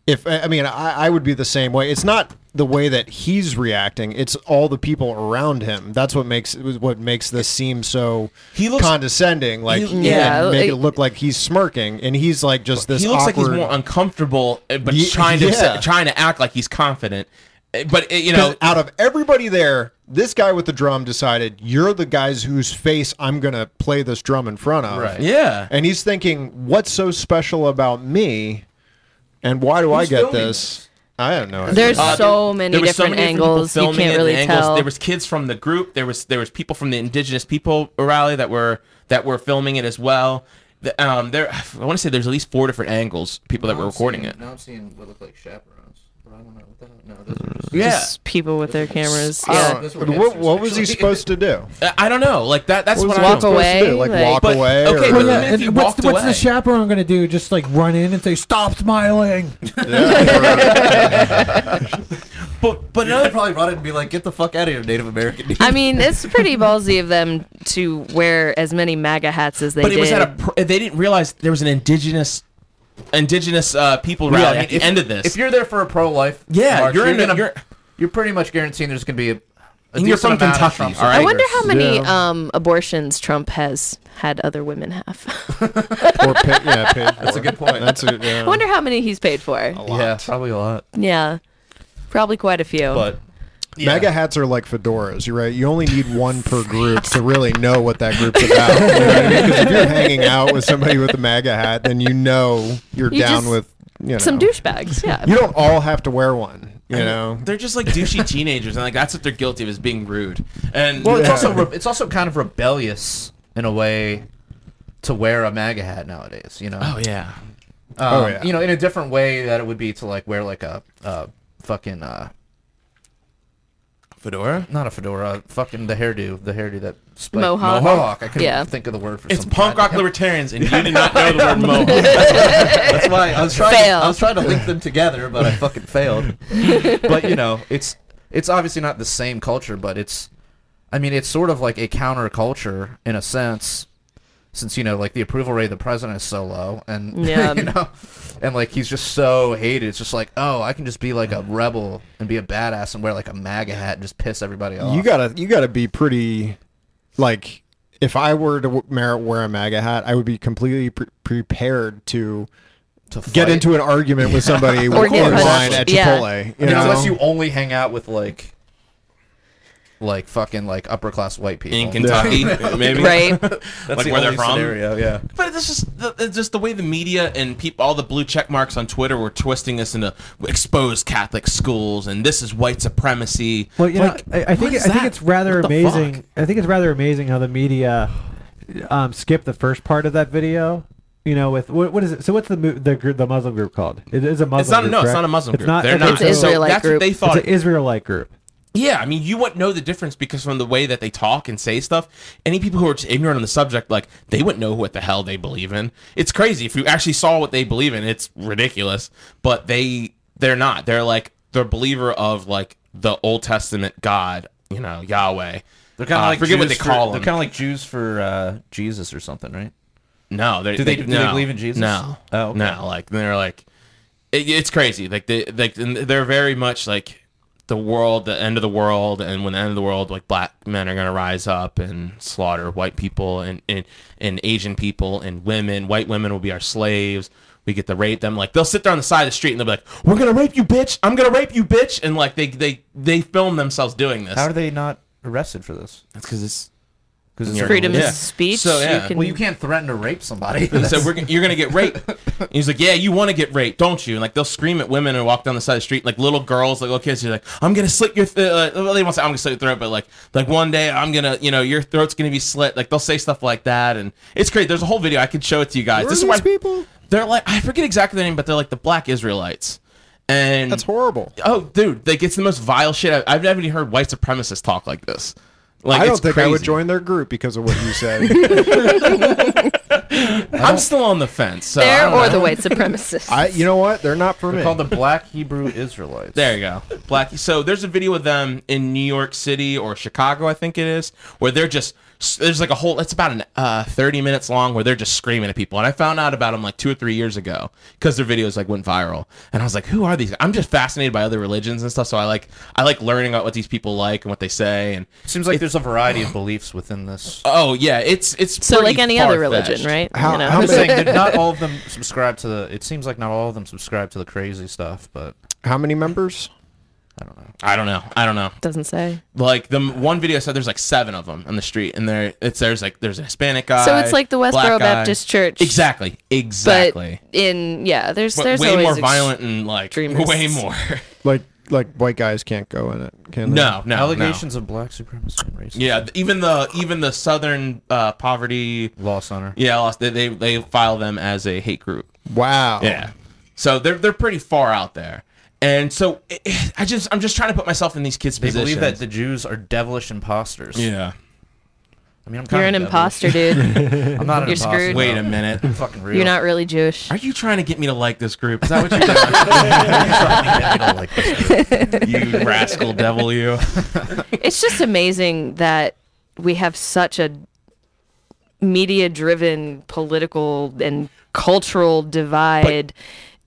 [SPEAKER 3] if I I mean, I, I would be the same way. It's not the way that he's reacting; it's all the people around him. That's what makes what makes this seem so
[SPEAKER 4] He looks-
[SPEAKER 3] condescending. Like,
[SPEAKER 4] He-
[SPEAKER 5] Yeah,
[SPEAKER 3] and make
[SPEAKER 5] like-
[SPEAKER 3] it look like he's smirking, and he's like just this.
[SPEAKER 4] he looks like
[SPEAKER 3] awkward-
[SPEAKER 4] he's more uncomfortable, uh, but
[SPEAKER 3] Ye-
[SPEAKER 4] trying to
[SPEAKER 3] yeah.
[SPEAKER 4] trying to act like he's confident. Uh, But uh, you know,
[SPEAKER 3] Because out of everybody there, this guy with the drum decided, you're the guys whose face I'm going to play this drum in front of.
[SPEAKER 2] Right.
[SPEAKER 4] yeah,
[SPEAKER 3] And he's thinking, what's so special about me? And why do I
[SPEAKER 4] Who's
[SPEAKER 3] get
[SPEAKER 4] filming
[SPEAKER 3] this? I don't know.
[SPEAKER 5] There's
[SPEAKER 4] Uh,
[SPEAKER 5] so
[SPEAKER 4] there-
[SPEAKER 5] many
[SPEAKER 4] there was
[SPEAKER 5] different
[SPEAKER 4] different people
[SPEAKER 5] angles. You
[SPEAKER 4] filming
[SPEAKER 5] can't
[SPEAKER 4] it,
[SPEAKER 5] really
[SPEAKER 4] the angles.
[SPEAKER 5] tell.
[SPEAKER 4] There was kids from the group. There was there was people from the indigenous people rally that were that were filming it as well. The- um, there, I want to say there's at least four different angangles people that were recording it.
[SPEAKER 2] Now I'm seeing what look like chaperones. But I don't know what the hell. No, those are just.
[SPEAKER 5] Just people with their cameras.
[SPEAKER 4] Uh,
[SPEAKER 3] I
[SPEAKER 5] Yeah.
[SPEAKER 3] don't- Uh, what, what was he supposed to do?
[SPEAKER 4] I- I don't know, like that. That's
[SPEAKER 3] What
[SPEAKER 4] what
[SPEAKER 3] was
[SPEAKER 4] I
[SPEAKER 3] he
[SPEAKER 5] walk
[SPEAKER 4] don't-
[SPEAKER 3] supposed to do?
[SPEAKER 5] away,
[SPEAKER 3] Like,
[SPEAKER 5] like-
[SPEAKER 3] walk
[SPEAKER 4] But-
[SPEAKER 3] away?
[SPEAKER 4] okay,
[SPEAKER 3] or,
[SPEAKER 4] but
[SPEAKER 1] Well,
[SPEAKER 4] Even
[SPEAKER 1] yeah,
[SPEAKER 4] if you
[SPEAKER 1] and what's,
[SPEAKER 4] walked
[SPEAKER 1] what's the
[SPEAKER 4] away.
[SPEAKER 1] chaperone going to do? Just like run in and say, "Stop smiling."
[SPEAKER 3] uh,
[SPEAKER 4] But but
[SPEAKER 2] I'd
[SPEAKER 4] another,
[SPEAKER 2] probably run it and be like, "Get the fuck out of here, Native American."
[SPEAKER 5] I mean, it's pretty ballsy of them to wear as many MAGA hats as they
[SPEAKER 4] but
[SPEAKER 5] did.
[SPEAKER 4] it was at a. pr- They didn't realize there was an indigenous indigenous uh, people rally at the end of this.
[SPEAKER 2] If you're there for a pro-life,
[SPEAKER 4] Yeah,
[SPEAKER 2] march,
[SPEAKER 4] you're in a-
[SPEAKER 2] gonna-
[SPEAKER 4] you're-
[SPEAKER 2] you're pretty much guaranteeing there's going to be a. a
[SPEAKER 4] And you're
[SPEAKER 2] decent
[SPEAKER 4] from
[SPEAKER 2] amount of
[SPEAKER 4] Kentucky,
[SPEAKER 2] Trump
[SPEAKER 4] all right?
[SPEAKER 5] I wonder
[SPEAKER 2] supporters.
[SPEAKER 5] how many
[SPEAKER 3] Yeah.
[SPEAKER 5] um, abortions Trump has had other women
[SPEAKER 4] Uh-huh.
[SPEAKER 5] have.
[SPEAKER 3] or pay, yeah, paid That's
[SPEAKER 2] a good point.
[SPEAKER 3] That's a, yeah.
[SPEAKER 5] I wonder how many he's paid for.
[SPEAKER 4] Oh.
[SPEAKER 2] Yeah, probably a lot.
[SPEAKER 5] Yeah, probably quite a few.
[SPEAKER 2] But
[SPEAKER 3] Mega hats are like fedoras, you're right? You only need one per group to really know what that group's about. you know what I mean? 'Cause if you're hanging out with somebody with a MAGA hat, then you know you're
[SPEAKER 5] You
[SPEAKER 3] down
[SPEAKER 5] just-
[SPEAKER 3] with you know.
[SPEAKER 5] Some douchebags. Yeah.
[SPEAKER 3] You don't all have to wear one, you know.
[SPEAKER 4] They're just like douchey teenagers, and like that's what they're guilty of is being rude. And
[SPEAKER 2] well, it's
[SPEAKER 3] Yeah.
[SPEAKER 2] also re- it's also kind of rebellious in a way to wear a MAGA hat nowadays. You know.
[SPEAKER 4] oh yeah,
[SPEAKER 2] Um,
[SPEAKER 3] Oh, yeah.
[SPEAKER 2] You know, in a different way that it would be to like wear like a, a fucking uh,
[SPEAKER 4] fedora.
[SPEAKER 2] not a fedora, fucking the hairdo, the hairdo that spiked-
[SPEAKER 5] Mohawk.
[SPEAKER 2] Mohawk. I couldn't
[SPEAKER 5] Yeah.
[SPEAKER 2] think of the word for
[SPEAKER 4] It's
[SPEAKER 2] some
[SPEAKER 4] punk rock
[SPEAKER 2] goddamn-
[SPEAKER 4] libertarians, and you did not know the word mohawk.
[SPEAKER 2] That's why I was trying.
[SPEAKER 5] Fail.
[SPEAKER 2] I was trying to link them together, but I fucking failed. but you know, it's it's obviously not the same culture, but it's. I mean, it's sort of like a counterculture in a sense, since you know, like the approval rate of the president is so low, and
[SPEAKER 5] Yeah.
[SPEAKER 2] you know, and like he's just so hated. It's just like, oh, I can just be like a rebel and be a badass and wear like a MAGA hat and just piss everybody off.
[SPEAKER 3] You gotta you gotta be pretty like if I were to w- merit wear a MAGA hat, I would be completely pre- prepared to
[SPEAKER 2] to
[SPEAKER 3] get
[SPEAKER 2] fight.
[SPEAKER 3] into an argument with somebody
[SPEAKER 5] Or get
[SPEAKER 3] in
[SPEAKER 5] punched.
[SPEAKER 3] line at
[SPEAKER 5] Yeah.
[SPEAKER 3] Chipotle. You
[SPEAKER 2] I mean,
[SPEAKER 3] know?
[SPEAKER 2] unless you only hang out with like, like fucking like upper class white people
[SPEAKER 4] in Kentucky, maybe
[SPEAKER 5] Right.
[SPEAKER 4] That's like where they're from.
[SPEAKER 2] yeah.
[SPEAKER 4] But it's just the, it's just the way the media and people, all the blue check marks on Twitter were twisting us into exposed Catholic schools, and this is white supremacy.
[SPEAKER 1] Well, you
[SPEAKER 4] Like,
[SPEAKER 1] know, I, I
[SPEAKER 4] what
[SPEAKER 1] think I
[SPEAKER 4] is
[SPEAKER 1] think
[SPEAKER 4] that?
[SPEAKER 1] it's rather
[SPEAKER 4] What the
[SPEAKER 1] amazing.
[SPEAKER 4] fuck?
[SPEAKER 1] I think it's rather amazing how the media um, skipped the first part of that video. You know, with what, what is it? So what's the mo- the gr- the Muslim group called? It is a Muslim.
[SPEAKER 4] It's not
[SPEAKER 1] group,
[SPEAKER 4] no, it's
[SPEAKER 1] correct?
[SPEAKER 4] not a Muslim group.
[SPEAKER 1] It's not.
[SPEAKER 4] they're
[SPEAKER 1] okay,
[SPEAKER 4] not.
[SPEAKER 1] so
[SPEAKER 5] It's
[SPEAKER 1] It's,
[SPEAKER 5] Israel- Israelite
[SPEAKER 4] that's
[SPEAKER 5] group.
[SPEAKER 4] what they thought.
[SPEAKER 1] an Israelite group.
[SPEAKER 4] Yeah, I mean, you wouldn't know the difference because from the way that they talk and say stuff, any people who are just ignorant on the subject, like, they wouldn't know what the hell they believe in. It's crazy. If you actually saw what they believe in, it's ridiculous. But they, they're not. They're like, they're a believer of, like, the Old Testament God, you know, Yahweh.
[SPEAKER 2] They're kind of
[SPEAKER 4] Uh, I
[SPEAKER 2] like
[SPEAKER 4] forget what
[SPEAKER 2] Jews
[SPEAKER 4] they call
[SPEAKER 2] for,
[SPEAKER 4] them.
[SPEAKER 2] They're kind of like Jews for uh, Jesus or something, right?
[SPEAKER 4] No, they,
[SPEAKER 2] Do they- do they
[SPEAKER 4] no,
[SPEAKER 2] believe in Jesus?
[SPEAKER 4] No,
[SPEAKER 2] Oh, okay.
[SPEAKER 4] no, like they're like, it, it's crazy. Like they like and they're very much like the world, the end of the world, and when the end of the world, like black men are gonna rise up and slaughter white people and and, and Asian people and women. White women will be our slaves. We get to rape them. Like they'll sit there on the side of the street and they'll be like, "We're gonna rape you, bitch! I'm gonna rape you, bitch!" And like they they they film themselves doing this.
[SPEAKER 2] How are they not arrested for this?
[SPEAKER 4] That's because it's
[SPEAKER 2] Because
[SPEAKER 4] You're-
[SPEAKER 5] freedom
[SPEAKER 4] Yeah.
[SPEAKER 5] of speech.
[SPEAKER 4] So, yeah.
[SPEAKER 5] you can,
[SPEAKER 2] Well, you can't threaten to rape somebody.
[SPEAKER 4] And so we're, gon- you're gonna get raped. And he's like, yeah, you want to get raped, don't you? And like they'll scream at women and walk down the side of the street, like little girls, like little kids. You're like, I'm gonna slit your. Th- uh, well, they won't say I'm gonna slit your throat, but like, like one day I'm gonna, you know, your throat's gonna be slit. Like they'll say stuff like that, and it's great. There's a whole video I could show it to you guys.
[SPEAKER 3] Who are
[SPEAKER 4] this
[SPEAKER 3] these
[SPEAKER 4] is why
[SPEAKER 3] people?
[SPEAKER 4] they're like, I forget exactly their name, but they're like the Black Israelites, and
[SPEAKER 3] That's horrible.
[SPEAKER 4] Oh, dude, like it's the most vile shit. I- I've never even heard white supremacists talk like this. Like,
[SPEAKER 3] I don't
[SPEAKER 4] it's
[SPEAKER 3] think I would
[SPEAKER 4] crazy.
[SPEAKER 3] join their group because of what you said.
[SPEAKER 4] I'm still on the fence. So I
[SPEAKER 5] there
[SPEAKER 4] don't
[SPEAKER 5] or
[SPEAKER 4] know.
[SPEAKER 5] the white supremacists.
[SPEAKER 3] I, you know what? They're not for me.
[SPEAKER 2] called the Black Hebrew Israelites.
[SPEAKER 4] There you go. Black. So there's a video of them in New York City or Chicago, I think it is, where they're just there's like a whole. It's about an uh, 30 minutes long where they're just screaming at people. And I found out about them like two or three years ago because their videos like went viral. And I was like, who are these? I'm just fascinated by other religions and stuff. So I like I like learning about what these people like and what they say. And
[SPEAKER 2] Seems like there's a variety of beliefs within this.
[SPEAKER 4] oh yeah, it's it's
[SPEAKER 5] so like
[SPEAKER 4] pretty
[SPEAKER 5] any other
[SPEAKER 4] far-fetched.
[SPEAKER 5] religion, right?
[SPEAKER 3] How-
[SPEAKER 5] you know?
[SPEAKER 3] how
[SPEAKER 2] I'm
[SPEAKER 3] many-
[SPEAKER 2] saying that not all of them subscribe to the. It seems like not all of them subscribe to the crazy stuff, but
[SPEAKER 3] How many members?
[SPEAKER 4] I don't know. I don't know.
[SPEAKER 5] doesn't say.
[SPEAKER 4] Like the m- one video said, there's like seven of them on the street, and there it's there's like there's a Hispanic guy.
[SPEAKER 5] So it's like the
[SPEAKER 4] black guy.
[SPEAKER 5] Westboro Baptist Church.
[SPEAKER 4] Exactly.
[SPEAKER 5] But
[SPEAKER 4] Exactly.
[SPEAKER 5] in yeah, there's
[SPEAKER 4] But
[SPEAKER 5] there's
[SPEAKER 4] way
[SPEAKER 5] always
[SPEAKER 4] more
[SPEAKER 5] ex-
[SPEAKER 4] violent and like
[SPEAKER 5] extremists.
[SPEAKER 4] way more.
[SPEAKER 3] Like like white guys can't go in it. Can they?
[SPEAKER 4] no, no, allegations.
[SPEAKER 2] allegations of black supremacy and racism.
[SPEAKER 4] Yeah, th- even the even the Southern uh, poverty.
[SPEAKER 2] law center.
[SPEAKER 4] Yeah, lost- they, they they file them as a hate group.
[SPEAKER 2] Oh.
[SPEAKER 3] Wow.
[SPEAKER 4] Yeah, so they're they're pretty far out there, and so it, it- I just I'm just trying to put myself in these kids'
[SPEAKER 2] They
[SPEAKER 4] positions.
[SPEAKER 2] believe that the Jews are devilish imposters.
[SPEAKER 4] yeah.
[SPEAKER 2] I mean, I'm kind
[SPEAKER 5] You're
[SPEAKER 2] of
[SPEAKER 5] an
[SPEAKER 2] devilish.
[SPEAKER 5] imposter, dude.
[SPEAKER 2] I'm not an
[SPEAKER 5] You're
[SPEAKER 2] imposter.
[SPEAKER 5] screwed.
[SPEAKER 2] though.
[SPEAKER 4] Wait a minute.
[SPEAKER 2] I'm fucking real.
[SPEAKER 5] You're not really Jewish.
[SPEAKER 4] Are you trying to get me to like this group? Is that what you're
[SPEAKER 2] I don't like this dude.
[SPEAKER 4] doing? you rascal devil, you.
[SPEAKER 5] It's just amazing that we have such a media-driven political and cultural divide.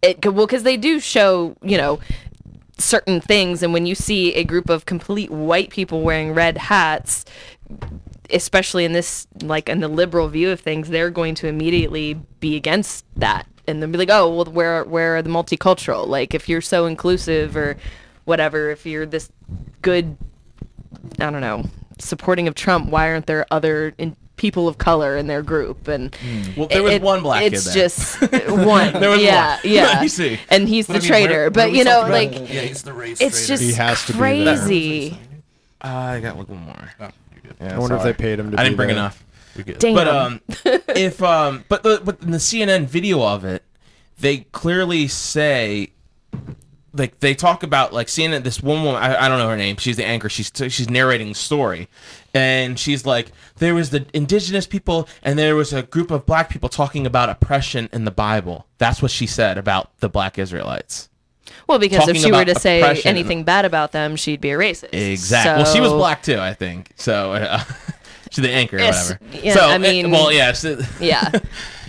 [SPEAKER 5] it c- well, because they do show, you know, certain things, and when you see a group of complete white people wearing red hats, especially in this like in the liberal view of things, they're going to immediately be against that and then be like, oh well, where where are the multicultural? Like if you're so inclusive or whatever, if you're this good, I don't know, supporting of Trump, why aren't there other in- people of color in their group? And
[SPEAKER 4] Well, Hmm. there was
[SPEAKER 5] it-
[SPEAKER 4] one black kid
[SPEAKER 5] It's
[SPEAKER 4] there.
[SPEAKER 5] just one.
[SPEAKER 4] There was
[SPEAKER 5] yeah,
[SPEAKER 4] one.
[SPEAKER 5] yeah.
[SPEAKER 4] You see.
[SPEAKER 5] and he's the traitor. but you know, like
[SPEAKER 2] yeah, he's the race.
[SPEAKER 5] it's just
[SPEAKER 3] He has to be there.
[SPEAKER 5] crazy.
[SPEAKER 4] Uh, I got one more.
[SPEAKER 3] I wonder if they paid him to
[SPEAKER 4] I didn't
[SPEAKER 3] be
[SPEAKER 4] bring
[SPEAKER 3] there.
[SPEAKER 4] enough.
[SPEAKER 5] Damn.
[SPEAKER 4] But um, if um, but the but in the CNN video of it, they clearly say, like they talk about like CNN. This one woman, I, I don't know her name. She's the anchor. She's she's narrating the story, and she's like, there was the indigenous people, and there was a group of black people talking about oppression in the Bible. That's what she said about the black Israelites.
[SPEAKER 5] well, because if
[SPEAKER 4] talking
[SPEAKER 5] she were
[SPEAKER 4] about
[SPEAKER 5] to say
[SPEAKER 4] oppression.
[SPEAKER 5] anything bad about them, she'd be a racist.
[SPEAKER 4] Exactly. Well, she was
[SPEAKER 5] So-
[SPEAKER 4] black too, I think. So. Uh, She's the anchor, or
[SPEAKER 5] Yes.
[SPEAKER 4] whatever.
[SPEAKER 5] Yeah,
[SPEAKER 4] so,
[SPEAKER 5] I
[SPEAKER 4] eh,
[SPEAKER 5] mean-
[SPEAKER 4] well, yeah. so-
[SPEAKER 5] Yeah.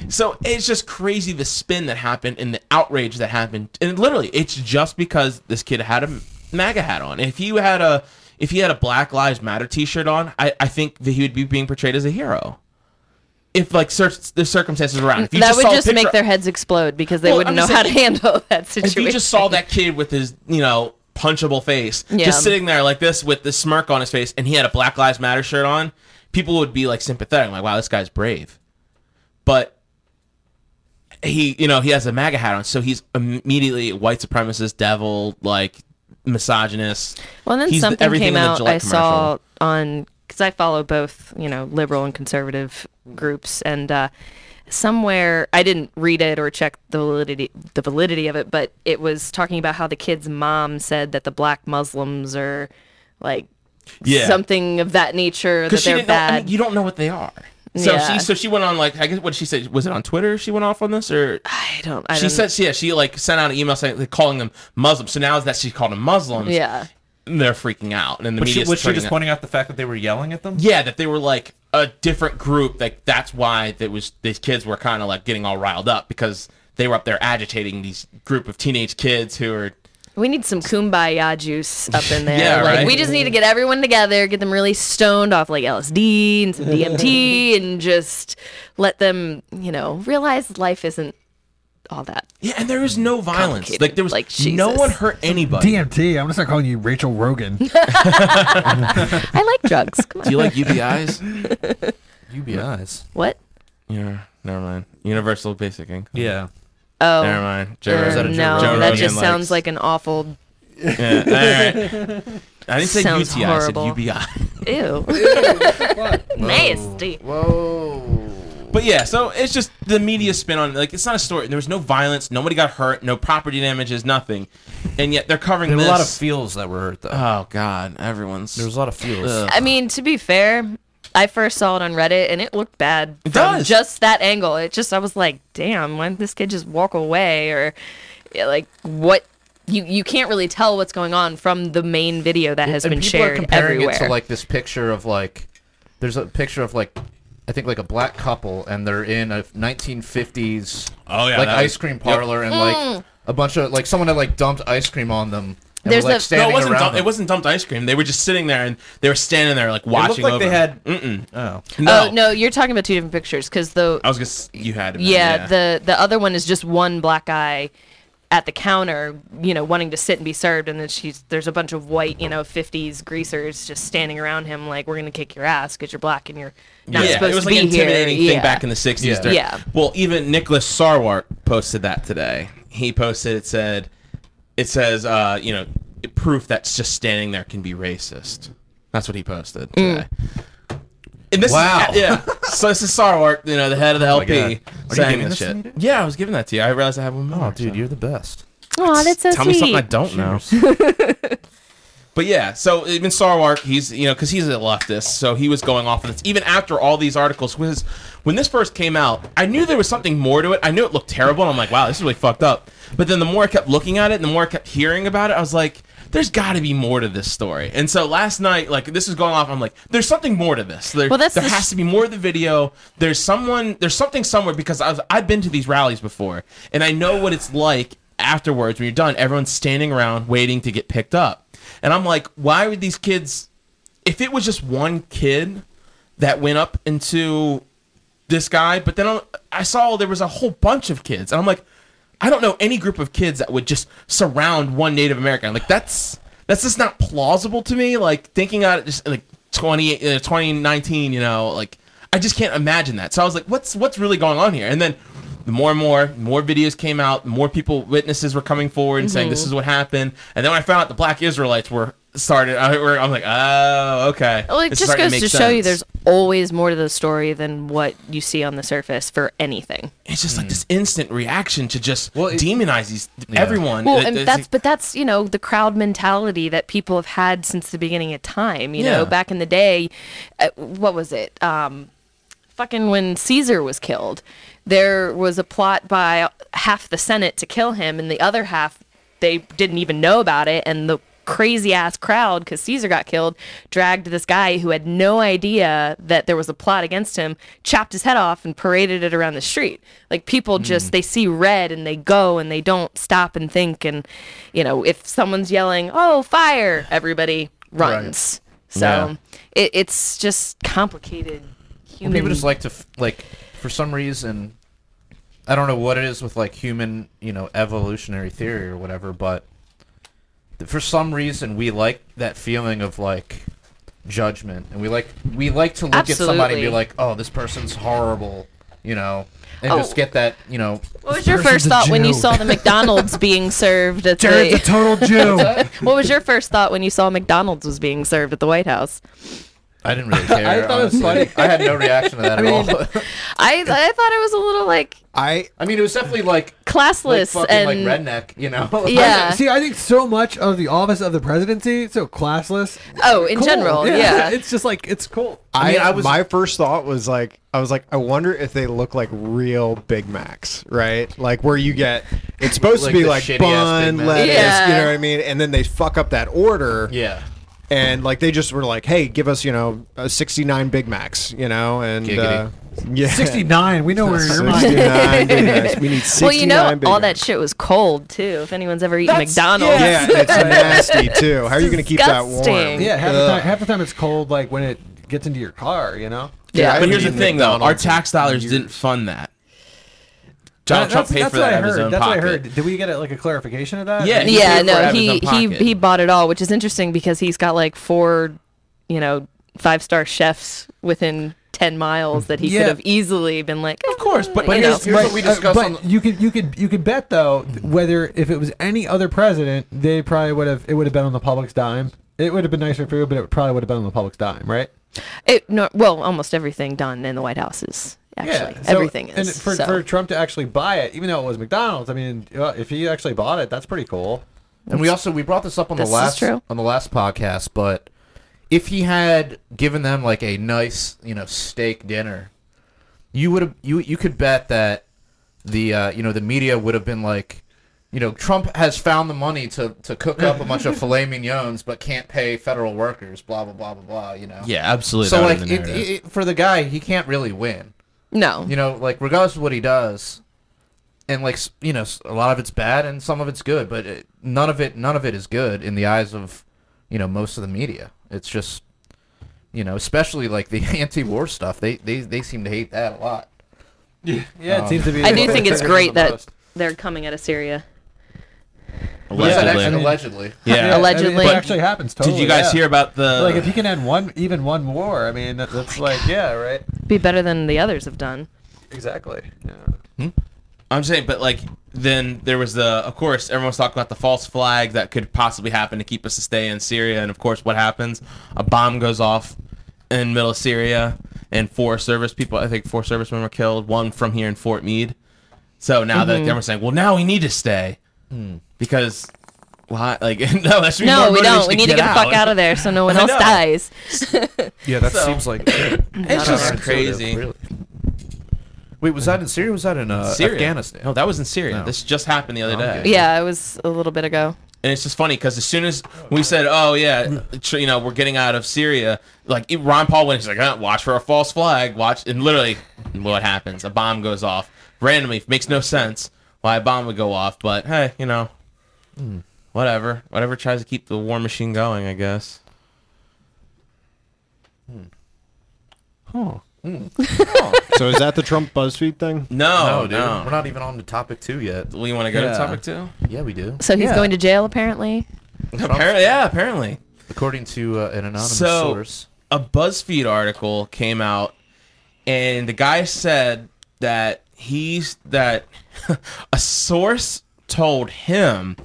[SPEAKER 4] So it's just crazy the spin that happened and the outrage that happened. And literally, it's just because this kid had a MAGA hat on. If you had a if he had a Black Lives Matter T-shirt on, I, I think that he would be being portrayed as a hero. If like cir- the circumstances around, if you
[SPEAKER 5] that
[SPEAKER 4] just
[SPEAKER 5] would
[SPEAKER 4] saw a
[SPEAKER 5] just make
[SPEAKER 4] picture-
[SPEAKER 5] their heads explode because they
[SPEAKER 4] Well,
[SPEAKER 5] wouldn't know
[SPEAKER 4] I'm just
[SPEAKER 5] how to
[SPEAKER 4] saying-
[SPEAKER 5] handle that
[SPEAKER 4] if
[SPEAKER 5] situation.
[SPEAKER 4] you just saw that kid with his you know punchable face
[SPEAKER 5] Yeah.
[SPEAKER 4] just sitting there like this with the smirk on his face and he had a black lives matter shirt on people would be like sympathetic like wow this guy's brave but he you know he has a maga hat on so he's immediately white supremacist devil like misogynist
[SPEAKER 5] Well, and then
[SPEAKER 4] He's the-
[SPEAKER 5] something
[SPEAKER 4] everything
[SPEAKER 5] came
[SPEAKER 4] in the
[SPEAKER 5] out
[SPEAKER 4] Gillette
[SPEAKER 5] I saw on because I follow both, you know, liberal and conservative groups, and uh, somewhere I didn't read it or check the validity the validity of it, but it was talking about how the kid's mom said that the black Muslims are like
[SPEAKER 4] Yeah.
[SPEAKER 5] something of that nature that
[SPEAKER 4] she
[SPEAKER 5] they're
[SPEAKER 4] didn't know, I
[SPEAKER 5] bad.
[SPEAKER 4] mean, you don't know what they are so
[SPEAKER 5] Yeah.
[SPEAKER 4] she so she went on like i guess what she said was it on twitter she went off on this or
[SPEAKER 5] I don't. I
[SPEAKER 4] she
[SPEAKER 5] don't,
[SPEAKER 4] said yeah she like sent out an email saying like, calling them muslims so now is that she called them muslims
[SPEAKER 5] yeah.
[SPEAKER 4] they're freaking out, and the
[SPEAKER 6] Was she,
[SPEAKER 4] media.
[SPEAKER 6] was she just pointing out the fact that they were yelling at them?
[SPEAKER 4] Yeah, that they were like a different group. Like that's why that was these kids were kind of like getting all riled up because they were up there agitating these group of teenage kids who are
[SPEAKER 5] We need some kumbaya juice up in there.
[SPEAKER 4] Yeah,
[SPEAKER 5] like
[SPEAKER 4] right.
[SPEAKER 5] we just need to get everyone together, get them really stoned off like LSD and some DMT and just let them, you know, realize life isn't all that.
[SPEAKER 4] yeah, and there was no violence.
[SPEAKER 5] Complicated,
[SPEAKER 4] Like there was
[SPEAKER 5] like
[SPEAKER 4] no
[SPEAKER 5] Jesus.
[SPEAKER 4] one hurt anybody.
[SPEAKER 7] DMT. I'm gonna start calling you Rachel Rogan.
[SPEAKER 5] I like drugs. Come on.
[SPEAKER 4] Do you like UBIs?
[SPEAKER 2] UBIs.
[SPEAKER 5] What?
[SPEAKER 4] yeah, never mind. Universal Basic Income.
[SPEAKER 6] Yeah.
[SPEAKER 5] Oh.
[SPEAKER 4] Never mind. Joe
[SPEAKER 5] uh,
[SPEAKER 4] Rogan.
[SPEAKER 5] no,
[SPEAKER 4] Joe
[SPEAKER 5] that
[SPEAKER 4] Rogan
[SPEAKER 5] just
[SPEAKER 4] likes-
[SPEAKER 5] sounds like an awful
[SPEAKER 4] Yeah, all right. I didn't say
[SPEAKER 5] Sounds
[SPEAKER 4] UTI.
[SPEAKER 5] horrible.
[SPEAKER 4] I said UBI.
[SPEAKER 5] ew. Nasty.
[SPEAKER 4] But yeah, so it's just the media spin on like it's not a story. There was no violence. Nobody got hurt. No property damages. Nothing. And yet they're covering
[SPEAKER 2] There were a lot of
[SPEAKER 4] this.
[SPEAKER 2] feels that were hurt though.
[SPEAKER 4] Oh God, everyone's.
[SPEAKER 2] there was Uh, a lot of feels.
[SPEAKER 4] Ugh.
[SPEAKER 5] I mean, to be fair, I first saw it on Reddit and it looked bad. It
[SPEAKER 4] does.
[SPEAKER 5] Just that angle. It just, I was like, damn, why didn't this kid just walk away? Or yeah, like, what? You, you can't really tell what's going on from the main video that has
[SPEAKER 2] and
[SPEAKER 5] been
[SPEAKER 2] people are
[SPEAKER 5] shared
[SPEAKER 2] comparing
[SPEAKER 5] everywhere.
[SPEAKER 2] it to like this picture of like there's a picture of like I think like a black couple and they're in a 1950s
[SPEAKER 4] Oh, yeah,
[SPEAKER 2] like
[SPEAKER 4] that
[SPEAKER 2] ice
[SPEAKER 4] was-
[SPEAKER 2] cream parlor and like a bunch of like someone had like dumped ice cream on them and
[SPEAKER 5] There's
[SPEAKER 2] were,
[SPEAKER 5] a-
[SPEAKER 2] like
[SPEAKER 4] no,
[SPEAKER 2] standing
[SPEAKER 4] it wasn't.
[SPEAKER 2] around
[SPEAKER 4] Dump,
[SPEAKER 2] them.
[SPEAKER 4] it wasn't dumped ice cream. They were just sitting there and they were standing there like
[SPEAKER 6] It looked
[SPEAKER 4] watching.
[SPEAKER 6] like
[SPEAKER 4] over
[SPEAKER 6] they
[SPEAKER 4] them.
[SPEAKER 6] had. Oh.
[SPEAKER 4] no.
[SPEAKER 5] Oh, no, you're talking about two different pictures because the,
[SPEAKER 4] I was gonna. s- You had. it,
[SPEAKER 5] yeah, the, the other one is just one black guy at the counter, you know, wanting to sit and be served. And then she's, there's a bunch of white, you know, 50s greasers just standing around him like, we're going to kick your ass because you're black and you're not
[SPEAKER 4] yeah,
[SPEAKER 5] supposed
[SPEAKER 4] it was
[SPEAKER 5] to
[SPEAKER 4] like
[SPEAKER 5] be
[SPEAKER 4] an intimidating
[SPEAKER 5] here.
[SPEAKER 4] thing
[SPEAKER 5] yeah.
[SPEAKER 4] back in the 60s.
[SPEAKER 2] Yeah.
[SPEAKER 4] during-
[SPEAKER 5] Yeah.
[SPEAKER 4] Well, even Nicholas Sarwart posted that today. He posted it said it says uh, you know, proof that just standing there can be racist. That's what he posted
[SPEAKER 5] Mm.
[SPEAKER 4] today. And this
[SPEAKER 2] Wow. Oh
[SPEAKER 4] Is, yeah. So this is Sarwart, you know, the head of the LP,
[SPEAKER 2] God. Are you
[SPEAKER 4] saying
[SPEAKER 2] giving
[SPEAKER 4] this
[SPEAKER 2] this to me,
[SPEAKER 4] shit.
[SPEAKER 2] dude?
[SPEAKER 4] yeah, I was giving that to you. I realized I have one more.
[SPEAKER 2] Oh, dude, you're the best.
[SPEAKER 5] Oh, that's so
[SPEAKER 4] Tell
[SPEAKER 5] sweet.
[SPEAKER 4] me something I don't know. But yeah, so even Sarwark, he's you know because he's a leftist, so he was going off of this even after all these articles. When this, when this first came out, I knew there was something more to it. I knew it looked terrible, and I'm like, wow, this is really fucked up. But then the more I kept looking at it, and the more I kept hearing about it, I was like, there's got to be more to this story. And so last night, like this is going off, I'm like, there's something more to this. There,
[SPEAKER 5] Well, that's
[SPEAKER 4] there
[SPEAKER 5] the
[SPEAKER 4] has to be more of the video. There's someone, there's something somewhere because I've I've been to these rallies before, and I know what it's like afterwards when you're done. Everyone's standing around waiting to get picked up. And I'm like, why would these kids? If it was just one kid that went up into this guy, but then I- I saw there was a whole bunch of kids, and I'm like, I don't know any group of kids that would just surround one Native American. Like that's that's just not plausible to me. Like thinking about it, just like 20, uh, 2019, you know, like I just can't imagine that. So I was like, what's what's really going on here? And then the more and more, more videos came out, more people, witnesses were coming forward and saying this
[SPEAKER 5] Mm-hmm.
[SPEAKER 4] is what happened. And then when I found out the Black Israelites were started, I, were, I'm like, oh, okay.
[SPEAKER 5] Well, it
[SPEAKER 4] It's
[SPEAKER 5] just
[SPEAKER 4] starting
[SPEAKER 5] goes to,
[SPEAKER 4] make
[SPEAKER 5] show you
[SPEAKER 4] sense.
[SPEAKER 5] there's always more to the story than what you see on the surface for anything.
[SPEAKER 4] it's just like this
[SPEAKER 1] Hmm.
[SPEAKER 4] instant reaction to just
[SPEAKER 2] Well, it-
[SPEAKER 4] demonize these everyone.
[SPEAKER 5] Well,
[SPEAKER 4] It-
[SPEAKER 5] and
[SPEAKER 4] it's-
[SPEAKER 5] that's but that's you know the crowd mentality that people have had since the beginning of time. You
[SPEAKER 4] Yeah.
[SPEAKER 5] know, back in the day, uh, what was it? Um, fucking when Caesar was killed, there was a plot by half the Senate to kill him, and the other half they didn't even know about it, and the crazy ass crowd because Caesar got killed dragged this guy who had no idea that there was a plot against him chopped his head off and paraded it around the street like
[SPEAKER 2] Hmm.
[SPEAKER 5] people just they see red and they go and they don't stop and think and you know if someone's yelling oh fire everybody runs so it, it's just complicated
[SPEAKER 2] Well,
[SPEAKER 5] human
[SPEAKER 2] people just like to f- like for some reason I don't know what it is with like human, you know, evolutionary theory or whatever, but th- for some reason we like that feeling of like judgment and we like we like to look at somebody and
[SPEAKER 5] Absolutely.
[SPEAKER 2] be like, "Oh, this person's horrible," you know, and
[SPEAKER 5] Oh.
[SPEAKER 2] just get that, you know,
[SPEAKER 5] what was your
[SPEAKER 7] person's
[SPEAKER 5] first
[SPEAKER 7] a
[SPEAKER 5] thought when you
[SPEAKER 7] Jew.
[SPEAKER 5] saw the mcdonald's being served at
[SPEAKER 7] Jared's a
[SPEAKER 5] the
[SPEAKER 7] total Jew.
[SPEAKER 5] what was your first thought when you saw mcdonald's was being served at the white house
[SPEAKER 2] I didn't really care.
[SPEAKER 1] I thought it was
[SPEAKER 2] honestly. I had no reaction to that
[SPEAKER 1] I mean-
[SPEAKER 2] at all.
[SPEAKER 5] I I thought it was a little like
[SPEAKER 3] I
[SPEAKER 2] I mean, it was definitely like like
[SPEAKER 5] classless
[SPEAKER 2] fucking
[SPEAKER 5] and
[SPEAKER 2] like redneck, you know?
[SPEAKER 5] Yeah.
[SPEAKER 1] See, I think so much of the office of the presidency so classless.
[SPEAKER 5] oh, in
[SPEAKER 1] Cool.
[SPEAKER 5] general, yeah.
[SPEAKER 1] it's just like it's cool.
[SPEAKER 3] I,
[SPEAKER 2] mean, I was-
[SPEAKER 3] my first thought was like I was like I wonder if they look like real Big Macs, right? Like where you get it's supposed
[SPEAKER 2] Like
[SPEAKER 3] to be
[SPEAKER 2] the
[SPEAKER 3] like
[SPEAKER 2] shitty-ass Big
[SPEAKER 3] bun,
[SPEAKER 2] Mac.
[SPEAKER 3] lettuce, you
[SPEAKER 5] Yeah.
[SPEAKER 3] know what I mean? And then they fuck up that order,
[SPEAKER 2] yeah.
[SPEAKER 3] and like they just were like, "Hey, give us you know uh, sixty nine Big Macs," you know, and uh, yeah,
[SPEAKER 1] Sixty nine. We know where your mind.
[SPEAKER 3] 69 Big Macs. We need sixty nine.
[SPEAKER 5] Well, you know,
[SPEAKER 3] Big
[SPEAKER 5] all that
[SPEAKER 3] Macs.
[SPEAKER 5] shit was cold too. If anyone's ever eaten McDonald's,
[SPEAKER 3] yeah, it's nasty too. How are you going to keep that warm?
[SPEAKER 5] Disgusting.
[SPEAKER 1] Yeah, half the,
[SPEAKER 3] Ugh.
[SPEAKER 1] time, half the time it's cold. Like when it gets into your car, you know.
[SPEAKER 5] Yeah.
[SPEAKER 4] But here's the
[SPEAKER 3] haven't
[SPEAKER 4] thing,
[SPEAKER 3] eaten
[SPEAKER 4] though. Our
[SPEAKER 3] McDonald's in
[SPEAKER 4] tax dollars didn't fund that. Donald
[SPEAKER 1] That-
[SPEAKER 4] Trump paid for that
[SPEAKER 1] what
[SPEAKER 4] out of his
[SPEAKER 1] I
[SPEAKER 4] own
[SPEAKER 1] heard. That's
[SPEAKER 4] pocket.
[SPEAKER 1] what I heard. Did we get a, like a clarification of that?
[SPEAKER 4] Yeah, he paid
[SPEAKER 5] yeah,
[SPEAKER 4] for it
[SPEAKER 5] no,
[SPEAKER 4] out of his
[SPEAKER 5] he
[SPEAKER 4] own
[SPEAKER 5] he
[SPEAKER 4] pocket.
[SPEAKER 5] he bought it all, which is interesting because he's got like four, you know, five star chefs within ten miles that he
[SPEAKER 1] Yeah.
[SPEAKER 5] could have easily been like, of
[SPEAKER 4] course, but- but
[SPEAKER 5] you know,
[SPEAKER 2] here's- here's- what we discussed
[SPEAKER 1] but
[SPEAKER 2] on the-
[SPEAKER 1] you could you could you could bet though th- whether if it was any other president, they probably would have it would have been on the public's dime. It would have been nicer food, but it probably would have been on the public's dime, right?
[SPEAKER 5] it, no, well, almost everything done in the White House is actually
[SPEAKER 1] so-
[SPEAKER 5] everything
[SPEAKER 1] And
[SPEAKER 5] is.
[SPEAKER 1] for,
[SPEAKER 5] so.
[SPEAKER 1] for Trump to actually buy it, even though it was McDonald's, I mean, uh, if he actually bought it, that's pretty cool.
[SPEAKER 2] And we also we brought this up on the
[SPEAKER 5] This is
[SPEAKER 2] last
[SPEAKER 5] true.
[SPEAKER 2] on the last podcast, but if he had given them like a nice, you know, steak dinner, you would have you you could bet that the uh, you know, the media would have been like you know, Trump has found the money to, to cook up a bunch of filet mignons, but can't pay federal workers. Blah blah blah blah blah. You know.
[SPEAKER 4] Yeah, absolutely.
[SPEAKER 2] So
[SPEAKER 4] that
[SPEAKER 2] like,
[SPEAKER 4] would've been
[SPEAKER 2] it,
[SPEAKER 4] the
[SPEAKER 2] it,
[SPEAKER 4] narrative.
[SPEAKER 2] it- for the guy, he can't really win.
[SPEAKER 5] no,
[SPEAKER 2] You know, like regardless of what he does, and like s- you know, s- a lot of it's bad and some of it's good, but it, none of it, none of it is good in the eyes of, you know, most of the media. It's just, you know, especially like the anti-war stuff. They they they seem to hate that a lot.
[SPEAKER 1] Yeah, it seems to be.
[SPEAKER 5] I do think it's great that they're coming out of Syria.
[SPEAKER 4] Allegedly.
[SPEAKER 2] Yeah, allegedly.
[SPEAKER 4] Yeah.
[SPEAKER 5] Allegedly.
[SPEAKER 1] it actually happens. Totally,
[SPEAKER 4] Did you guys
[SPEAKER 1] yeah.
[SPEAKER 4] hear about the?
[SPEAKER 1] Like, if you can end one, even one war, I mean, that,
[SPEAKER 5] Oh
[SPEAKER 1] that's like, yeah, right,
[SPEAKER 5] Be better than the others have done.
[SPEAKER 1] exactly. Yeah.
[SPEAKER 4] I'm saying, but like then there was the, of course, everyone's talking about the false flag that could possibly happen to keep us to stay in Syria, and of course, what happens? A bomb goes off in middle of Syria, and four service people, I think four servicemen were killed, one from here in Fort Meade. So now
[SPEAKER 5] Mm-hmm.
[SPEAKER 4] that everyone's saying, well, now we need to stay because. Why? Like no, that should be
[SPEAKER 5] Hmm. No,
[SPEAKER 4] more
[SPEAKER 5] we don't.
[SPEAKER 4] motivation
[SPEAKER 5] We
[SPEAKER 4] to
[SPEAKER 5] need to get the fuck out of there so no one
[SPEAKER 4] I
[SPEAKER 5] else
[SPEAKER 4] know.
[SPEAKER 5] dies.
[SPEAKER 6] Yeah, that
[SPEAKER 4] So-
[SPEAKER 6] seems like
[SPEAKER 4] It's just
[SPEAKER 2] Counterintuitive,
[SPEAKER 4] crazy.
[SPEAKER 2] really. Wait, was that in Syria? or Was that in uh,
[SPEAKER 4] Syria.
[SPEAKER 2] Afghanistan?
[SPEAKER 4] No, that was in Syria.
[SPEAKER 2] No.
[SPEAKER 4] This just happened the other
[SPEAKER 2] Oh,
[SPEAKER 4] day.
[SPEAKER 2] okay.
[SPEAKER 5] yeah, it was a little bit ago.
[SPEAKER 4] And it's just funny because as soon as we said, "Oh yeah, tr- you know, we're getting out of Syria," like it- Ron Paul went, he's like, "Uh, "Watch for a false flag." Watch, and literally, what happens? A bomb goes off randomly. Makes no sense why a bomb would go off, but hey, you know, hmm, whatever. Whatever tries to keep the war machine going, I guess.
[SPEAKER 3] So is that the Trump BuzzFeed thing?
[SPEAKER 4] No,
[SPEAKER 2] No,
[SPEAKER 4] Oh, no,
[SPEAKER 2] dude. We're not even on the topic two yet.
[SPEAKER 4] We want to go
[SPEAKER 2] Yeah.
[SPEAKER 4] to topic two.
[SPEAKER 2] Yeah, we do.
[SPEAKER 5] So he's going to jail apparently.
[SPEAKER 4] Apparently, yeah, apparently.
[SPEAKER 2] According to uh, an anonymous
[SPEAKER 4] So-
[SPEAKER 2] source.
[SPEAKER 4] a BuzzFeed article came out, and the guy said that he's that a source told him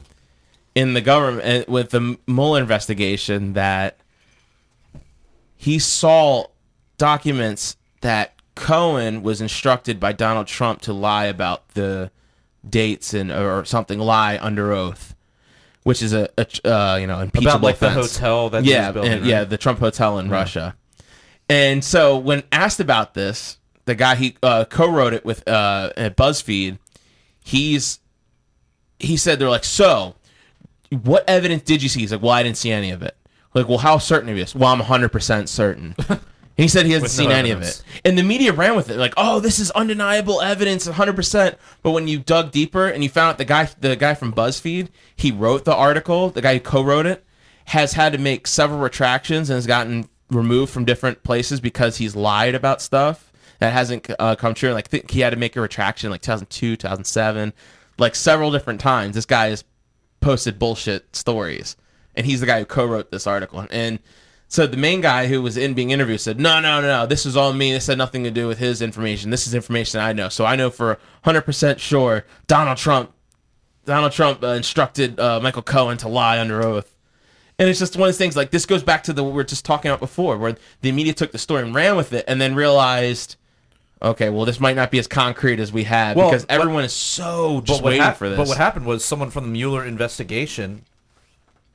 [SPEAKER 4] in the government eh, with the Mueller investigation that he saw documents that Cohen was instructed by Donald Trump to lie about the dates and or something lie under oath, which is a, a tr- uh, you know impeachable
[SPEAKER 6] about like the
[SPEAKER 4] offense
[SPEAKER 6] hotel that
[SPEAKER 4] yeah,
[SPEAKER 6] he was building.
[SPEAKER 4] and-
[SPEAKER 6] right?
[SPEAKER 4] yeah, the Trump Hotel in Russia. And so when asked about this, the guy he uh, co-wrote it with uh, at BuzzFeed, he's he said they're like, so what evidence did you see? He's like, well, I didn't see any of it. Like, well, how certain are you? Well, I'm 100 percent certain. he said he hasn't
[SPEAKER 2] no
[SPEAKER 4] seen any of
[SPEAKER 2] evidence.
[SPEAKER 4] it, and the media ran with it like, oh, this is undeniable evidence, 100 percent. But when you dug deeper and you found out the guy, the guy from BuzzFeed, he wrote the article, the guy who co-wrote it, has had to make several retractions and has gotten removed from different places because he's lied about stuff that hasn't uh, come true. Like th- he had to make a retraction like 2002, 2007, like several different times. This guy is posted bullshit stories, and he's the guy who co-wrote this article. And so the main guy who was in being interviewed said, "No, no, no, no. This is all me. This had nothing to do with his information. This is information I know. So I know for 100% sure Donald Trump, Donald Trump uh, instructed uh, Michael Cohen to lie under oath." And it's just one of those things like this goes back to the what we were just talking about before, where the media took the story and ran with it, and then realized, okay, well, this might not be as concrete as we had
[SPEAKER 2] Well,
[SPEAKER 4] because
[SPEAKER 2] what-
[SPEAKER 4] everyone is so
[SPEAKER 2] But
[SPEAKER 4] just
[SPEAKER 2] what,
[SPEAKER 4] waiting
[SPEAKER 2] hap-
[SPEAKER 4] for this.
[SPEAKER 2] but what happened was someone from the Mueller investigation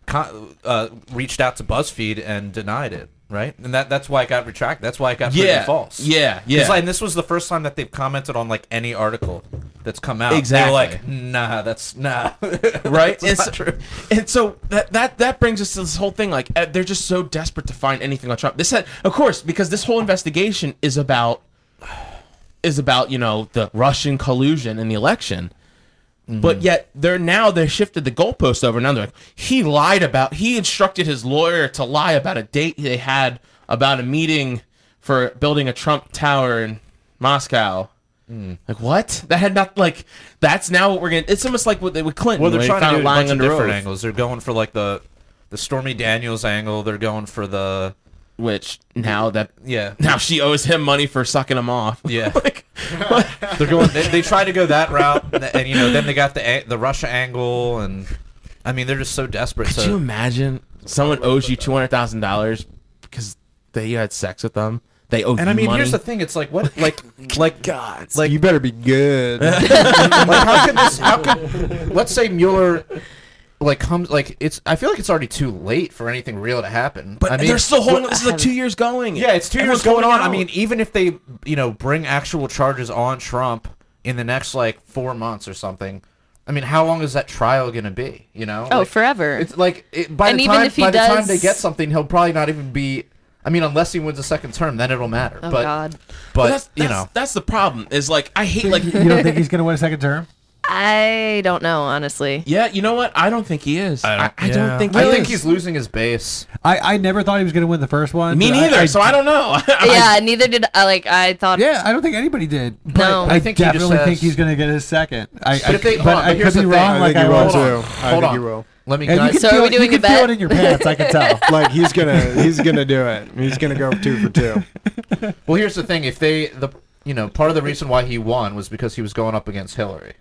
[SPEAKER 2] con- uh, reached out to BuzzFeed and denied it, right? And that that's why it got retracted. That's why it got proven
[SPEAKER 4] Yeah,
[SPEAKER 2] false.
[SPEAKER 4] yeah,
[SPEAKER 2] 'Cause,
[SPEAKER 4] yeah.
[SPEAKER 2] like, and this was the first time that they've commented on like any article that's come out. They were
[SPEAKER 4] Exactly.
[SPEAKER 2] like, nah, that's nah.
[SPEAKER 4] right?
[SPEAKER 2] That's
[SPEAKER 4] and,
[SPEAKER 2] not
[SPEAKER 4] so,
[SPEAKER 2] true.
[SPEAKER 4] and so that that that brings us to this whole thing. Like eh, they're just so desperate to find anything on Trump. This had, of course, because this whole investigation is about is about you know the Russian collusion in the election. But yet they're now they shifted the goalpost over. Now they're like he lied about he instructed his lawyer to lie about a date they had about a meeting for building a Trump tower in Moscow.
[SPEAKER 2] Hmm.
[SPEAKER 4] Like what? That had not like that's now what we're gonna. It's almost like what they with Clinton.
[SPEAKER 2] Well, they're
[SPEAKER 4] when he
[SPEAKER 2] trying to
[SPEAKER 4] found
[SPEAKER 2] do
[SPEAKER 4] out
[SPEAKER 2] it a bunch of
[SPEAKER 4] under
[SPEAKER 2] different
[SPEAKER 4] oath,
[SPEAKER 2] angles. They're going for like the the Stormy Daniels angle. They're going for the
[SPEAKER 4] Which now that
[SPEAKER 2] yeah.
[SPEAKER 4] now she owes him money for sucking him off.
[SPEAKER 2] Yeah.
[SPEAKER 4] like,
[SPEAKER 2] They're going. They, they tried to go that route, and, th- and, you know, then they got the a- the Russia angle, and I mean, they're just so desperate.
[SPEAKER 4] could
[SPEAKER 2] to,
[SPEAKER 4] you imagine someone owes you two hundred thousand dollars because they had sex with them? They owe
[SPEAKER 2] and
[SPEAKER 4] you
[SPEAKER 2] I mean,
[SPEAKER 4] money.
[SPEAKER 2] here's the thing: it's like what, like, like God, like,
[SPEAKER 3] you better be good.
[SPEAKER 2] like how could this? How could let's say Mueller. Like comes like it's. I feel like it's already too late for anything real to happen.
[SPEAKER 4] but
[SPEAKER 2] I mean,
[SPEAKER 4] they're still holding. This is like two years going.
[SPEAKER 2] Yeah, it's two
[SPEAKER 4] Everyone's
[SPEAKER 2] years going
[SPEAKER 4] holding
[SPEAKER 2] on. I
[SPEAKER 4] out.
[SPEAKER 2] mean, even if they, you know, bring actual charges on Trump in the next like four months or something, I mean, how long is that trial going to be? You know?
[SPEAKER 5] Oh,
[SPEAKER 2] Like,
[SPEAKER 5] forever.
[SPEAKER 2] It's like it, by
[SPEAKER 5] And
[SPEAKER 2] the
[SPEAKER 5] even
[SPEAKER 2] time
[SPEAKER 5] if he
[SPEAKER 2] by the time
[SPEAKER 5] does-
[SPEAKER 2] they get something, he'll probably not even be. I mean, unless he wins a second term, then it'll matter.
[SPEAKER 5] Oh
[SPEAKER 2] but
[SPEAKER 5] God.
[SPEAKER 2] but
[SPEAKER 4] that's,
[SPEAKER 2] you
[SPEAKER 4] that's-
[SPEAKER 2] know,
[SPEAKER 4] that's the problem. Is like I hate like
[SPEAKER 7] You don't think he's going to win a second term?
[SPEAKER 5] I don't know, honestly.
[SPEAKER 4] yeah. You know what? I don't think he is. I don't, I, don't think.
[SPEAKER 2] I
[SPEAKER 4] he
[SPEAKER 2] think
[SPEAKER 4] is.
[SPEAKER 2] he's losing his base.
[SPEAKER 1] I, I never thought he was going to win the first one.
[SPEAKER 4] Me
[SPEAKER 1] but
[SPEAKER 4] neither.
[SPEAKER 1] I, I,
[SPEAKER 4] so I don't know.
[SPEAKER 5] yeah, neither did I. Like I thought.
[SPEAKER 7] Yeah, I don't think anybody did.
[SPEAKER 5] No.
[SPEAKER 7] I,
[SPEAKER 2] I think he just
[SPEAKER 7] definitely think
[SPEAKER 2] has-
[SPEAKER 7] he's going to get his second. I,
[SPEAKER 2] But
[SPEAKER 7] I,
[SPEAKER 2] if they-
[SPEAKER 7] but
[SPEAKER 2] hold on,
[SPEAKER 7] I
[SPEAKER 2] but
[SPEAKER 7] could
[SPEAKER 2] here's
[SPEAKER 7] be
[SPEAKER 2] the thing.
[SPEAKER 7] wrong.
[SPEAKER 2] I
[SPEAKER 3] think
[SPEAKER 7] Like I
[SPEAKER 3] you're wrong,
[SPEAKER 7] was.
[SPEAKER 3] too.
[SPEAKER 2] on.
[SPEAKER 3] I
[SPEAKER 2] Hold
[SPEAKER 3] think
[SPEAKER 2] on.
[SPEAKER 3] you will.
[SPEAKER 2] Let me.
[SPEAKER 1] And you
[SPEAKER 2] guys,
[SPEAKER 1] can
[SPEAKER 5] So are
[SPEAKER 1] feel,
[SPEAKER 5] we
[SPEAKER 1] it-
[SPEAKER 5] doing
[SPEAKER 1] you
[SPEAKER 5] a
[SPEAKER 1] can feel
[SPEAKER 5] bet?
[SPEAKER 1] it in your pants. I can tell.
[SPEAKER 3] like he's gonna he's gonna do it. He's gonna go two for two.
[SPEAKER 2] well, here's the thing: if they the you know part of the reason why he won was because he was going up against Hillary.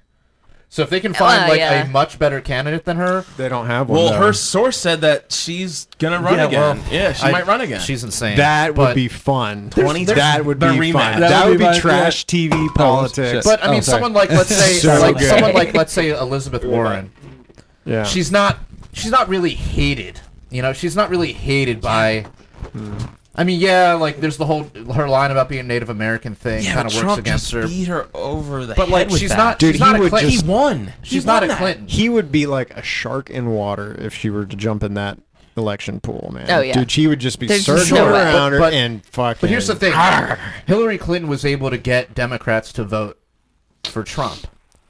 [SPEAKER 2] So if they can find
[SPEAKER 5] Well,
[SPEAKER 2] like
[SPEAKER 5] yeah.
[SPEAKER 2] a much better candidate than her,
[SPEAKER 3] They don't have one.
[SPEAKER 4] Well,
[SPEAKER 3] though.
[SPEAKER 4] her source said that she's gonna run again. yeah, she
[SPEAKER 2] I-
[SPEAKER 4] might run again.
[SPEAKER 2] She's insane.
[SPEAKER 3] that would
[SPEAKER 2] but-
[SPEAKER 3] be fun.
[SPEAKER 4] 20
[SPEAKER 3] that would be
[SPEAKER 4] the
[SPEAKER 3] fun.
[SPEAKER 4] rematch.
[SPEAKER 3] That,
[SPEAKER 7] That would
[SPEAKER 3] would
[SPEAKER 7] be
[SPEAKER 3] be,
[SPEAKER 7] my-
[SPEAKER 3] trash
[SPEAKER 5] Oh,
[SPEAKER 3] TV politics.
[SPEAKER 2] But uh, I
[SPEAKER 1] Oh,
[SPEAKER 2] mean,
[SPEAKER 1] sorry.
[SPEAKER 2] someone like let's say
[SPEAKER 3] So
[SPEAKER 2] like
[SPEAKER 3] good.
[SPEAKER 2] someone like let's say Elizabeth Warren.
[SPEAKER 3] yeah,
[SPEAKER 2] She's not she's not really hated. You know, she's not really hated by. I mean, yeah, like there's the whole her line about being Native American thing
[SPEAKER 4] yeah,
[SPEAKER 2] kind
[SPEAKER 4] but
[SPEAKER 2] of
[SPEAKER 4] Trump
[SPEAKER 2] works against
[SPEAKER 4] just
[SPEAKER 2] her.
[SPEAKER 4] beat her over the
[SPEAKER 2] But like,
[SPEAKER 4] head with
[SPEAKER 2] she's
[SPEAKER 4] that.
[SPEAKER 2] not.
[SPEAKER 3] Dude,
[SPEAKER 2] she's
[SPEAKER 3] he
[SPEAKER 2] not a
[SPEAKER 3] would
[SPEAKER 2] Clinton.
[SPEAKER 3] just-
[SPEAKER 4] He won.
[SPEAKER 2] she's
[SPEAKER 4] He
[SPEAKER 2] not
[SPEAKER 4] won
[SPEAKER 2] a
[SPEAKER 4] that.
[SPEAKER 2] Clinton.
[SPEAKER 3] he would be like a shark in water if she were to jump in that election pool, man.
[SPEAKER 5] Oh, yeah.
[SPEAKER 3] dude, she would just be
[SPEAKER 5] There's just
[SPEAKER 3] surging
[SPEAKER 5] no way.
[SPEAKER 3] around her
[SPEAKER 2] But- but-
[SPEAKER 3] and fucking.
[SPEAKER 2] But here's the thing: Hillary Clinton was able to get Democrats to vote for Trump.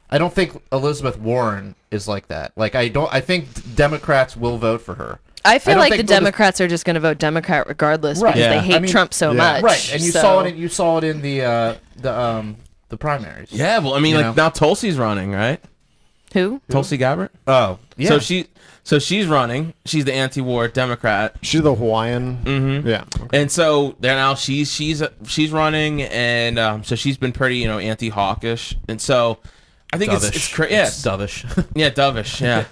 [SPEAKER 2] I don't think Elizabeth Warren is like that. Like I don't. I think Democrats will vote for her.
[SPEAKER 5] I feel
[SPEAKER 2] don't
[SPEAKER 5] like the
[SPEAKER 2] think they'll just-
[SPEAKER 5] Democrats are just going to vote Democrat regardless
[SPEAKER 2] Right.
[SPEAKER 5] because
[SPEAKER 4] Yeah.
[SPEAKER 5] they hate
[SPEAKER 2] I mean,
[SPEAKER 5] Trump so
[SPEAKER 3] yeah.
[SPEAKER 5] much.
[SPEAKER 2] Right, and you
[SPEAKER 5] so-
[SPEAKER 2] saw it. In, you saw it in the uh, the um the primaries.
[SPEAKER 4] Yeah, well, I mean,
[SPEAKER 2] You
[SPEAKER 4] like
[SPEAKER 2] know?
[SPEAKER 4] now Tulsi's running, right?
[SPEAKER 5] who?
[SPEAKER 4] Tulsi Gabbard.
[SPEAKER 2] Oh, yeah.
[SPEAKER 4] So she, so she's running. She's the anti-war Democrat,
[SPEAKER 3] she's the Hawaiian. Mm-hmm. Yeah,
[SPEAKER 4] and so there now she's she's she's running, and um, so she's been pretty, you know, anti-hawkish, and so I think it's it's cra- yeah,
[SPEAKER 2] dovish.
[SPEAKER 4] yeah, dovish, yeah,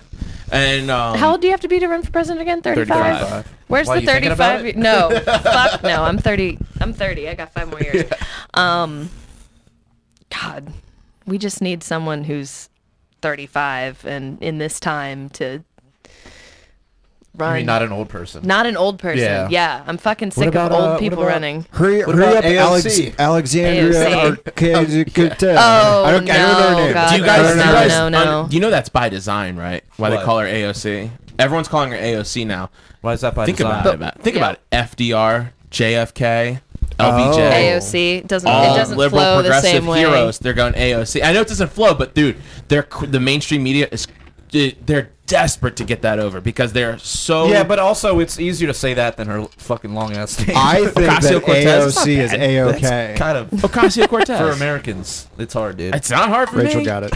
[SPEAKER 4] and um,
[SPEAKER 5] How old do you have to be to run for president again? Thirty-five.
[SPEAKER 2] 35.
[SPEAKER 5] Where's
[SPEAKER 2] Why,
[SPEAKER 5] the
[SPEAKER 2] you thinking about
[SPEAKER 5] thirty-five?
[SPEAKER 2] it?
[SPEAKER 5] no, fuck no. I'm thirty. I'm thirty. I got five more years. Um, God, we just need someone who's thirty-five and in this time to run.
[SPEAKER 2] I mean, not an old person.
[SPEAKER 5] Not an old person.
[SPEAKER 2] Yeah.
[SPEAKER 5] Yeah, I'm fucking sick
[SPEAKER 2] about,
[SPEAKER 5] of
[SPEAKER 2] uh,
[SPEAKER 5] old
[SPEAKER 2] what
[SPEAKER 5] people
[SPEAKER 2] about-
[SPEAKER 5] running.
[SPEAKER 3] Hurry,
[SPEAKER 2] What
[SPEAKER 3] hurry up,
[SPEAKER 2] about
[SPEAKER 3] Alex,
[SPEAKER 2] AOC?
[SPEAKER 3] Alexandria
[SPEAKER 5] AOC.
[SPEAKER 3] Ocasio-Cortez.
[SPEAKER 5] Oh,
[SPEAKER 3] I don't, I don't know her
[SPEAKER 5] no,
[SPEAKER 3] name.
[SPEAKER 5] God,
[SPEAKER 4] Do you guys,
[SPEAKER 5] no,
[SPEAKER 4] do you guys-
[SPEAKER 5] no, no.
[SPEAKER 4] um, you know that's by design, right? Why they
[SPEAKER 2] What?
[SPEAKER 4] call her AOC? Everyone's calling her AOC now.
[SPEAKER 2] Why is that by
[SPEAKER 4] Think about it. about- Think
[SPEAKER 5] Yeah.
[SPEAKER 4] about it. FDR, JFK, LBJ.
[SPEAKER 5] Oh. AOC doesn't.
[SPEAKER 4] All
[SPEAKER 5] it doesn't
[SPEAKER 4] Oh. Uh, liberal
[SPEAKER 5] flow the
[SPEAKER 4] progressive
[SPEAKER 5] same way.
[SPEAKER 4] heroes. They're going AOC. I know it doesn't flow, but dude, they're c- the mainstream media is they're desperate to get that over because they're so
[SPEAKER 2] Yeah, but also it's easier to say that than her fucking long ass name.
[SPEAKER 3] I think that
[SPEAKER 4] Ocasio-Cortez is not
[SPEAKER 3] AOC is
[SPEAKER 4] bad.
[SPEAKER 3] AOK.
[SPEAKER 2] kind of
[SPEAKER 4] Ocasio
[SPEAKER 2] for
[SPEAKER 4] Cortez.
[SPEAKER 2] Americans. It's hard, dude.
[SPEAKER 4] It's not hard for
[SPEAKER 3] Rachel
[SPEAKER 4] me.
[SPEAKER 3] got it.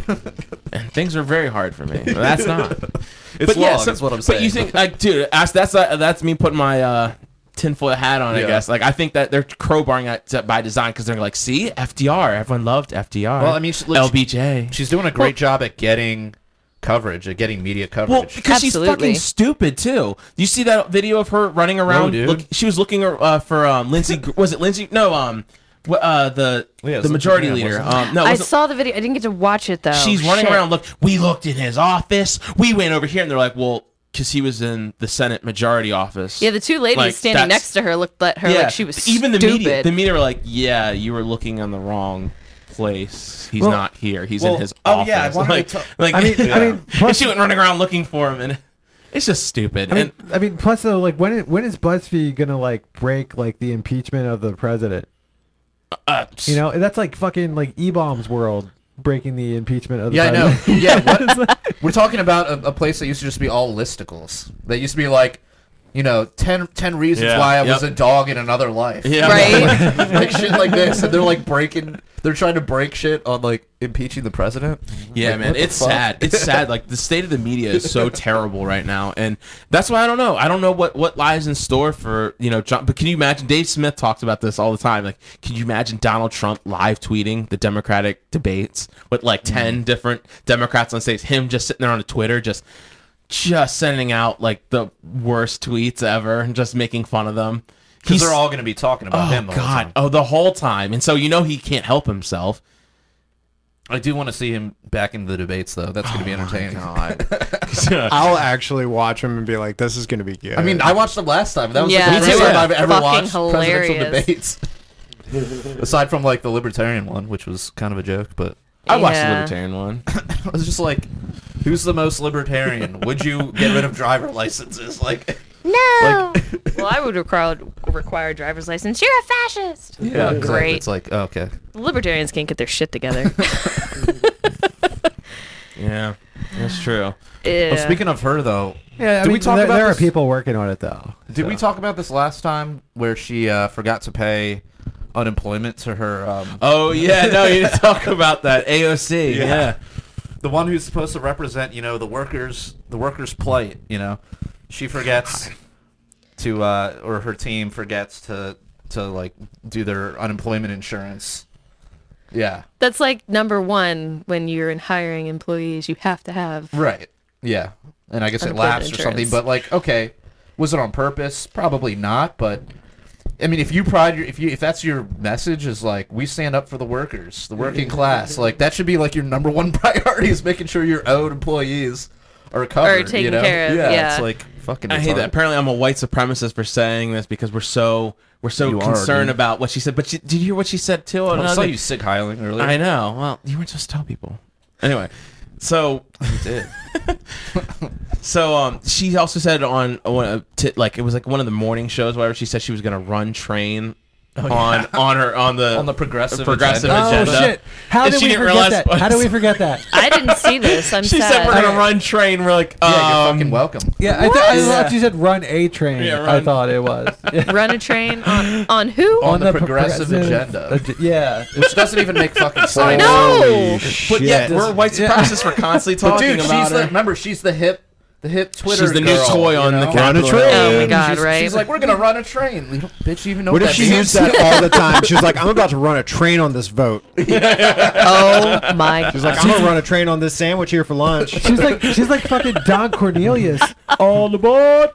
[SPEAKER 4] Things are very hard for me. That's not.
[SPEAKER 2] It's
[SPEAKER 4] yeah,
[SPEAKER 2] long,
[SPEAKER 4] so-
[SPEAKER 2] is what I'm
[SPEAKER 4] But you
[SPEAKER 2] saying.
[SPEAKER 4] think, like, dude, that's that's uh, that's me putting my uh, tinfoil hat on. I
[SPEAKER 2] Yeah.
[SPEAKER 4] guess, like, I think that they're crowbarring that by design because they're like, see, FDR, everyone loved FDR.
[SPEAKER 2] Well, I mean, she- look,
[SPEAKER 4] LBJ.
[SPEAKER 2] She's doing a great job at getting coverage, of getting media coverage.
[SPEAKER 4] Well, because she's
[SPEAKER 5] Absolutely.
[SPEAKER 4] fucking stupid too. You see that video of her running around?
[SPEAKER 2] dude.
[SPEAKER 4] Look, she was looking uh, for um, Lindsey. Gr- was it Lindsey? No, um, wh- uh, the
[SPEAKER 2] Yeah, it was
[SPEAKER 4] the majority
[SPEAKER 2] Lindsey Graham,
[SPEAKER 4] leader.
[SPEAKER 2] wasn't
[SPEAKER 4] Um, no, it
[SPEAKER 5] I
[SPEAKER 4] wasn't-
[SPEAKER 5] saw the video. I didn't get to watch it though.
[SPEAKER 4] she's running
[SPEAKER 5] Shit.
[SPEAKER 4] around. Look, we looked in his office. We went over here, and they're like, well, because he was in the Senate majority office.
[SPEAKER 5] Yeah, the two ladies
[SPEAKER 4] Like,
[SPEAKER 5] standing
[SPEAKER 4] that's-
[SPEAKER 5] next to her looked at her like she was
[SPEAKER 4] even the
[SPEAKER 5] stupid.
[SPEAKER 4] media. The media were like, yeah, you were looking in the wrong place. He's not here. He's
[SPEAKER 6] well,
[SPEAKER 4] in his
[SPEAKER 6] oh,
[SPEAKER 4] office.
[SPEAKER 6] yeah, I wanted to
[SPEAKER 4] like,
[SPEAKER 6] ta-
[SPEAKER 4] like-
[SPEAKER 1] I mean- I mean,
[SPEAKER 4] And
[SPEAKER 1] plus-
[SPEAKER 4] she went running around looking for him, and it's just stupid.
[SPEAKER 1] I mean,
[SPEAKER 4] and
[SPEAKER 1] I mean, plus though, like when it, when is BuzzFeed gonna like break like the impeachment of the president?
[SPEAKER 4] uh,
[SPEAKER 1] You know, that's like fucking like E bombs world breaking the impeachment of the
[SPEAKER 2] Yeah, I know.
[SPEAKER 1] president.
[SPEAKER 2] Yeah, what? we're talking about a, a place that used to just be all listicles. That used to be like, you know, 10, 10 reasons
[SPEAKER 6] Yeah,
[SPEAKER 2] why I was
[SPEAKER 4] yep.
[SPEAKER 2] a dog in another life.
[SPEAKER 4] Yeah.
[SPEAKER 5] Right?
[SPEAKER 2] like, like shit like this, and they're like breaking. They're trying to break shit on like impeaching the president.
[SPEAKER 4] Yeah,
[SPEAKER 2] Like,
[SPEAKER 4] man,
[SPEAKER 2] what the
[SPEAKER 4] it's
[SPEAKER 2] fuck?
[SPEAKER 4] sad. It's sad. Like the state of the media is so terrible right now, and that's why I don't know. I don't know what what lies in store for you know. John, but can you imagine? Dave Smith talks about this all the time. Like, can you imagine Donald Trump live tweeting the Democratic debates with like
[SPEAKER 6] Mm-hmm.
[SPEAKER 4] ten different Democrats on stage? Him just sitting there on Twitter, just just sending out like the worst tweets ever, and just making fun of them.
[SPEAKER 6] Because they're all going to be talking about
[SPEAKER 4] oh
[SPEAKER 6] him. The Whole
[SPEAKER 4] god,
[SPEAKER 6] time.
[SPEAKER 4] oh the whole time, and so you know he can't help himself.
[SPEAKER 2] I do want to see him back in the debates, though. That's
[SPEAKER 4] Oh,
[SPEAKER 2] going to be entertaining.
[SPEAKER 3] I'll actually watch him and be like, "This is going to be good."
[SPEAKER 2] I mean, I watched them last time. That was
[SPEAKER 5] Yeah,
[SPEAKER 2] like the
[SPEAKER 5] Me
[SPEAKER 2] first
[SPEAKER 5] too.
[SPEAKER 2] time I've ever
[SPEAKER 5] Fucking
[SPEAKER 2] watched
[SPEAKER 5] hilarious.
[SPEAKER 2] presidential debates. Aside from like the libertarian one, which was kind of a joke, but
[SPEAKER 4] I watched the
[SPEAKER 5] Yeah.
[SPEAKER 4] Libertarian one.
[SPEAKER 2] I was just like, "Who's the most libertarian? Would you get rid of driver licenses?" Like,
[SPEAKER 5] No. well, I would require require a driver's license. You're a fascist. oh,
[SPEAKER 2] exactly.
[SPEAKER 5] great.
[SPEAKER 2] It's like, oh, okay,
[SPEAKER 5] The libertarians can't get their shit together.
[SPEAKER 4] Yeah, that's true.
[SPEAKER 5] yeah.
[SPEAKER 2] Well, speaking of her, though,
[SPEAKER 1] Yeah, I
[SPEAKER 2] Did we
[SPEAKER 1] mean,
[SPEAKER 2] talk
[SPEAKER 1] there,
[SPEAKER 2] about
[SPEAKER 1] there
[SPEAKER 2] this?
[SPEAKER 1] are people working on it though.
[SPEAKER 2] did we talk about this last time where she uh, forgot to pay unemployment to her um,
[SPEAKER 4] Oh yeah, no, you didn't talk about that AOC. Yeah.
[SPEAKER 2] the one who's supposed to represent you know the workers the workers plight you know she forgets to uh, or her team forgets to to like do their unemployment insurance yeah
[SPEAKER 5] That's like number one when you're in hiring employees. You have to have.
[SPEAKER 2] right yeah and i guess it
[SPEAKER 5] Unemployment
[SPEAKER 2] lapsed or something
[SPEAKER 5] insurance.
[SPEAKER 2] but like okay was it on purpose probably not but I mean, if you pride your, if you, if that's your message is like, we stand up for the workers, the working class, like that should be like your number one priority is making sure your own employees are covered, you
[SPEAKER 5] taken
[SPEAKER 2] know?
[SPEAKER 5] care of, yeah.
[SPEAKER 2] it's like fucking.
[SPEAKER 4] I hate that.
[SPEAKER 2] retarded.
[SPEAKER 4] Apparently, I'm a white supremacist for saying this because we're so we're so
[SPEAKER 2] You are,
[SPEAKER 4] concerned
[SPEAKER 2] dude.
[SPEAKER 4] about what she said. But she, did you hear what she said too?
[SPEAKER 2] Well, I
[SPEAKER 4] Another-
[SPEAKER 2] saw you sick hiling earlier.
[SPEAKER 4] I know. Well, you weren't supposed to tell people. Anyway, so so um, she also said on uh, one of t- like it was like one of the morning shows, whatever. She said she was gonna run train. on on her on the
[SPEAKER 2] Oh, On the progressive
[SPEAKER 4] progressive
[SPEAKER 2] agenda.
[SPEAKER 4] agenda.
[SPEAKER 2] Oh,
[SPEAKER 1] shit! How
[SPEAKER 4] And
[SPEAKER 1] did
[SPEAKER 4] she
[SPEAKER 1] we
[SPEAKER 4] didn't
[SPEAKER 1] forget
[SPEAKER 4] realize
[SPEAKER 1] that?
[SPEAKER 4] what-
[SPEAKER 1] How do we forget that?
[SPEAKER 5] I didn't see this. I'm
[SPEAKER 4] She
[SPEAKER 5] sad.
[SPEAKER 4] said we're gonna run train. We're like, um,
[SPEAKER 2] Yeah, you're fucking welcome.
[SPEAKER 1] Yeah, I, th- I
[SPEAKER 4] What?
[SPEAKER 1] thought you said run a train.
[SPEAKER 4] Yeah,
[SPEAKER 1] I
[SPEAKER 4] run-
[SPEAKER 1] thought it was
[SPEAKER 5] Run a train on on who?
[SPEAKER 2] On the
[SPEAKER 1] pro-
[SPEAKER 2] progressive agenda.
[SPEAKER 1] ag- yeah,
[SPEAKER 2] Which doesn't even make fucking sense.
[SPEAKER 5] no.
[SPEAKER 4] But yeah,
[SPEAKER 1] Shit.
[SPEAKER 4] we're white supremacists for constantly
[SPEAKER 2] But
[SPEAKER 4] talking
[SPEAKER 2] dude,
[SPEAKER 4] about
[SPEAKER 2] she's
[SPEAKER 4] her.
[SPEAKER 2] the remember she's the hip, the hip Twitter.
[SPEAKER 4] She's the new
[SPEAKER 2] girl,
[SPEAKER 4] toy
[SPEAKER 2] you
[SPEAKER 4] on the
[SPEAKER 2] know?
[SPEAKER 4] Capitol
[SPEAKER 3] a train.
[SPEAKER 4] Hill.
[SPEAKER 5] Oh my
[SPEAKER 3] And
[SPEAKER 5] god!
[SPEAKER 2] she's,
[SPEAKER 5] right?
[SPEAKER 2] She's like, we're gonna run a train. You don't- bitch, you even know
[SPEAKER 3] what if
[SPEAKER 2] that
[SPEAKER 3] she
[SPEAKER 2] means?
[SPEAKER 3] used that all the time? She's like, "I'm about to run a train on this vote."
[SPEAKER 5] oh my!
[SPEAKER 3] She's like, "I'm gonna run a train on this sandwich here for lunch."
[SPEAKER 1] she's like she's like fucking Don Cornelius on the board.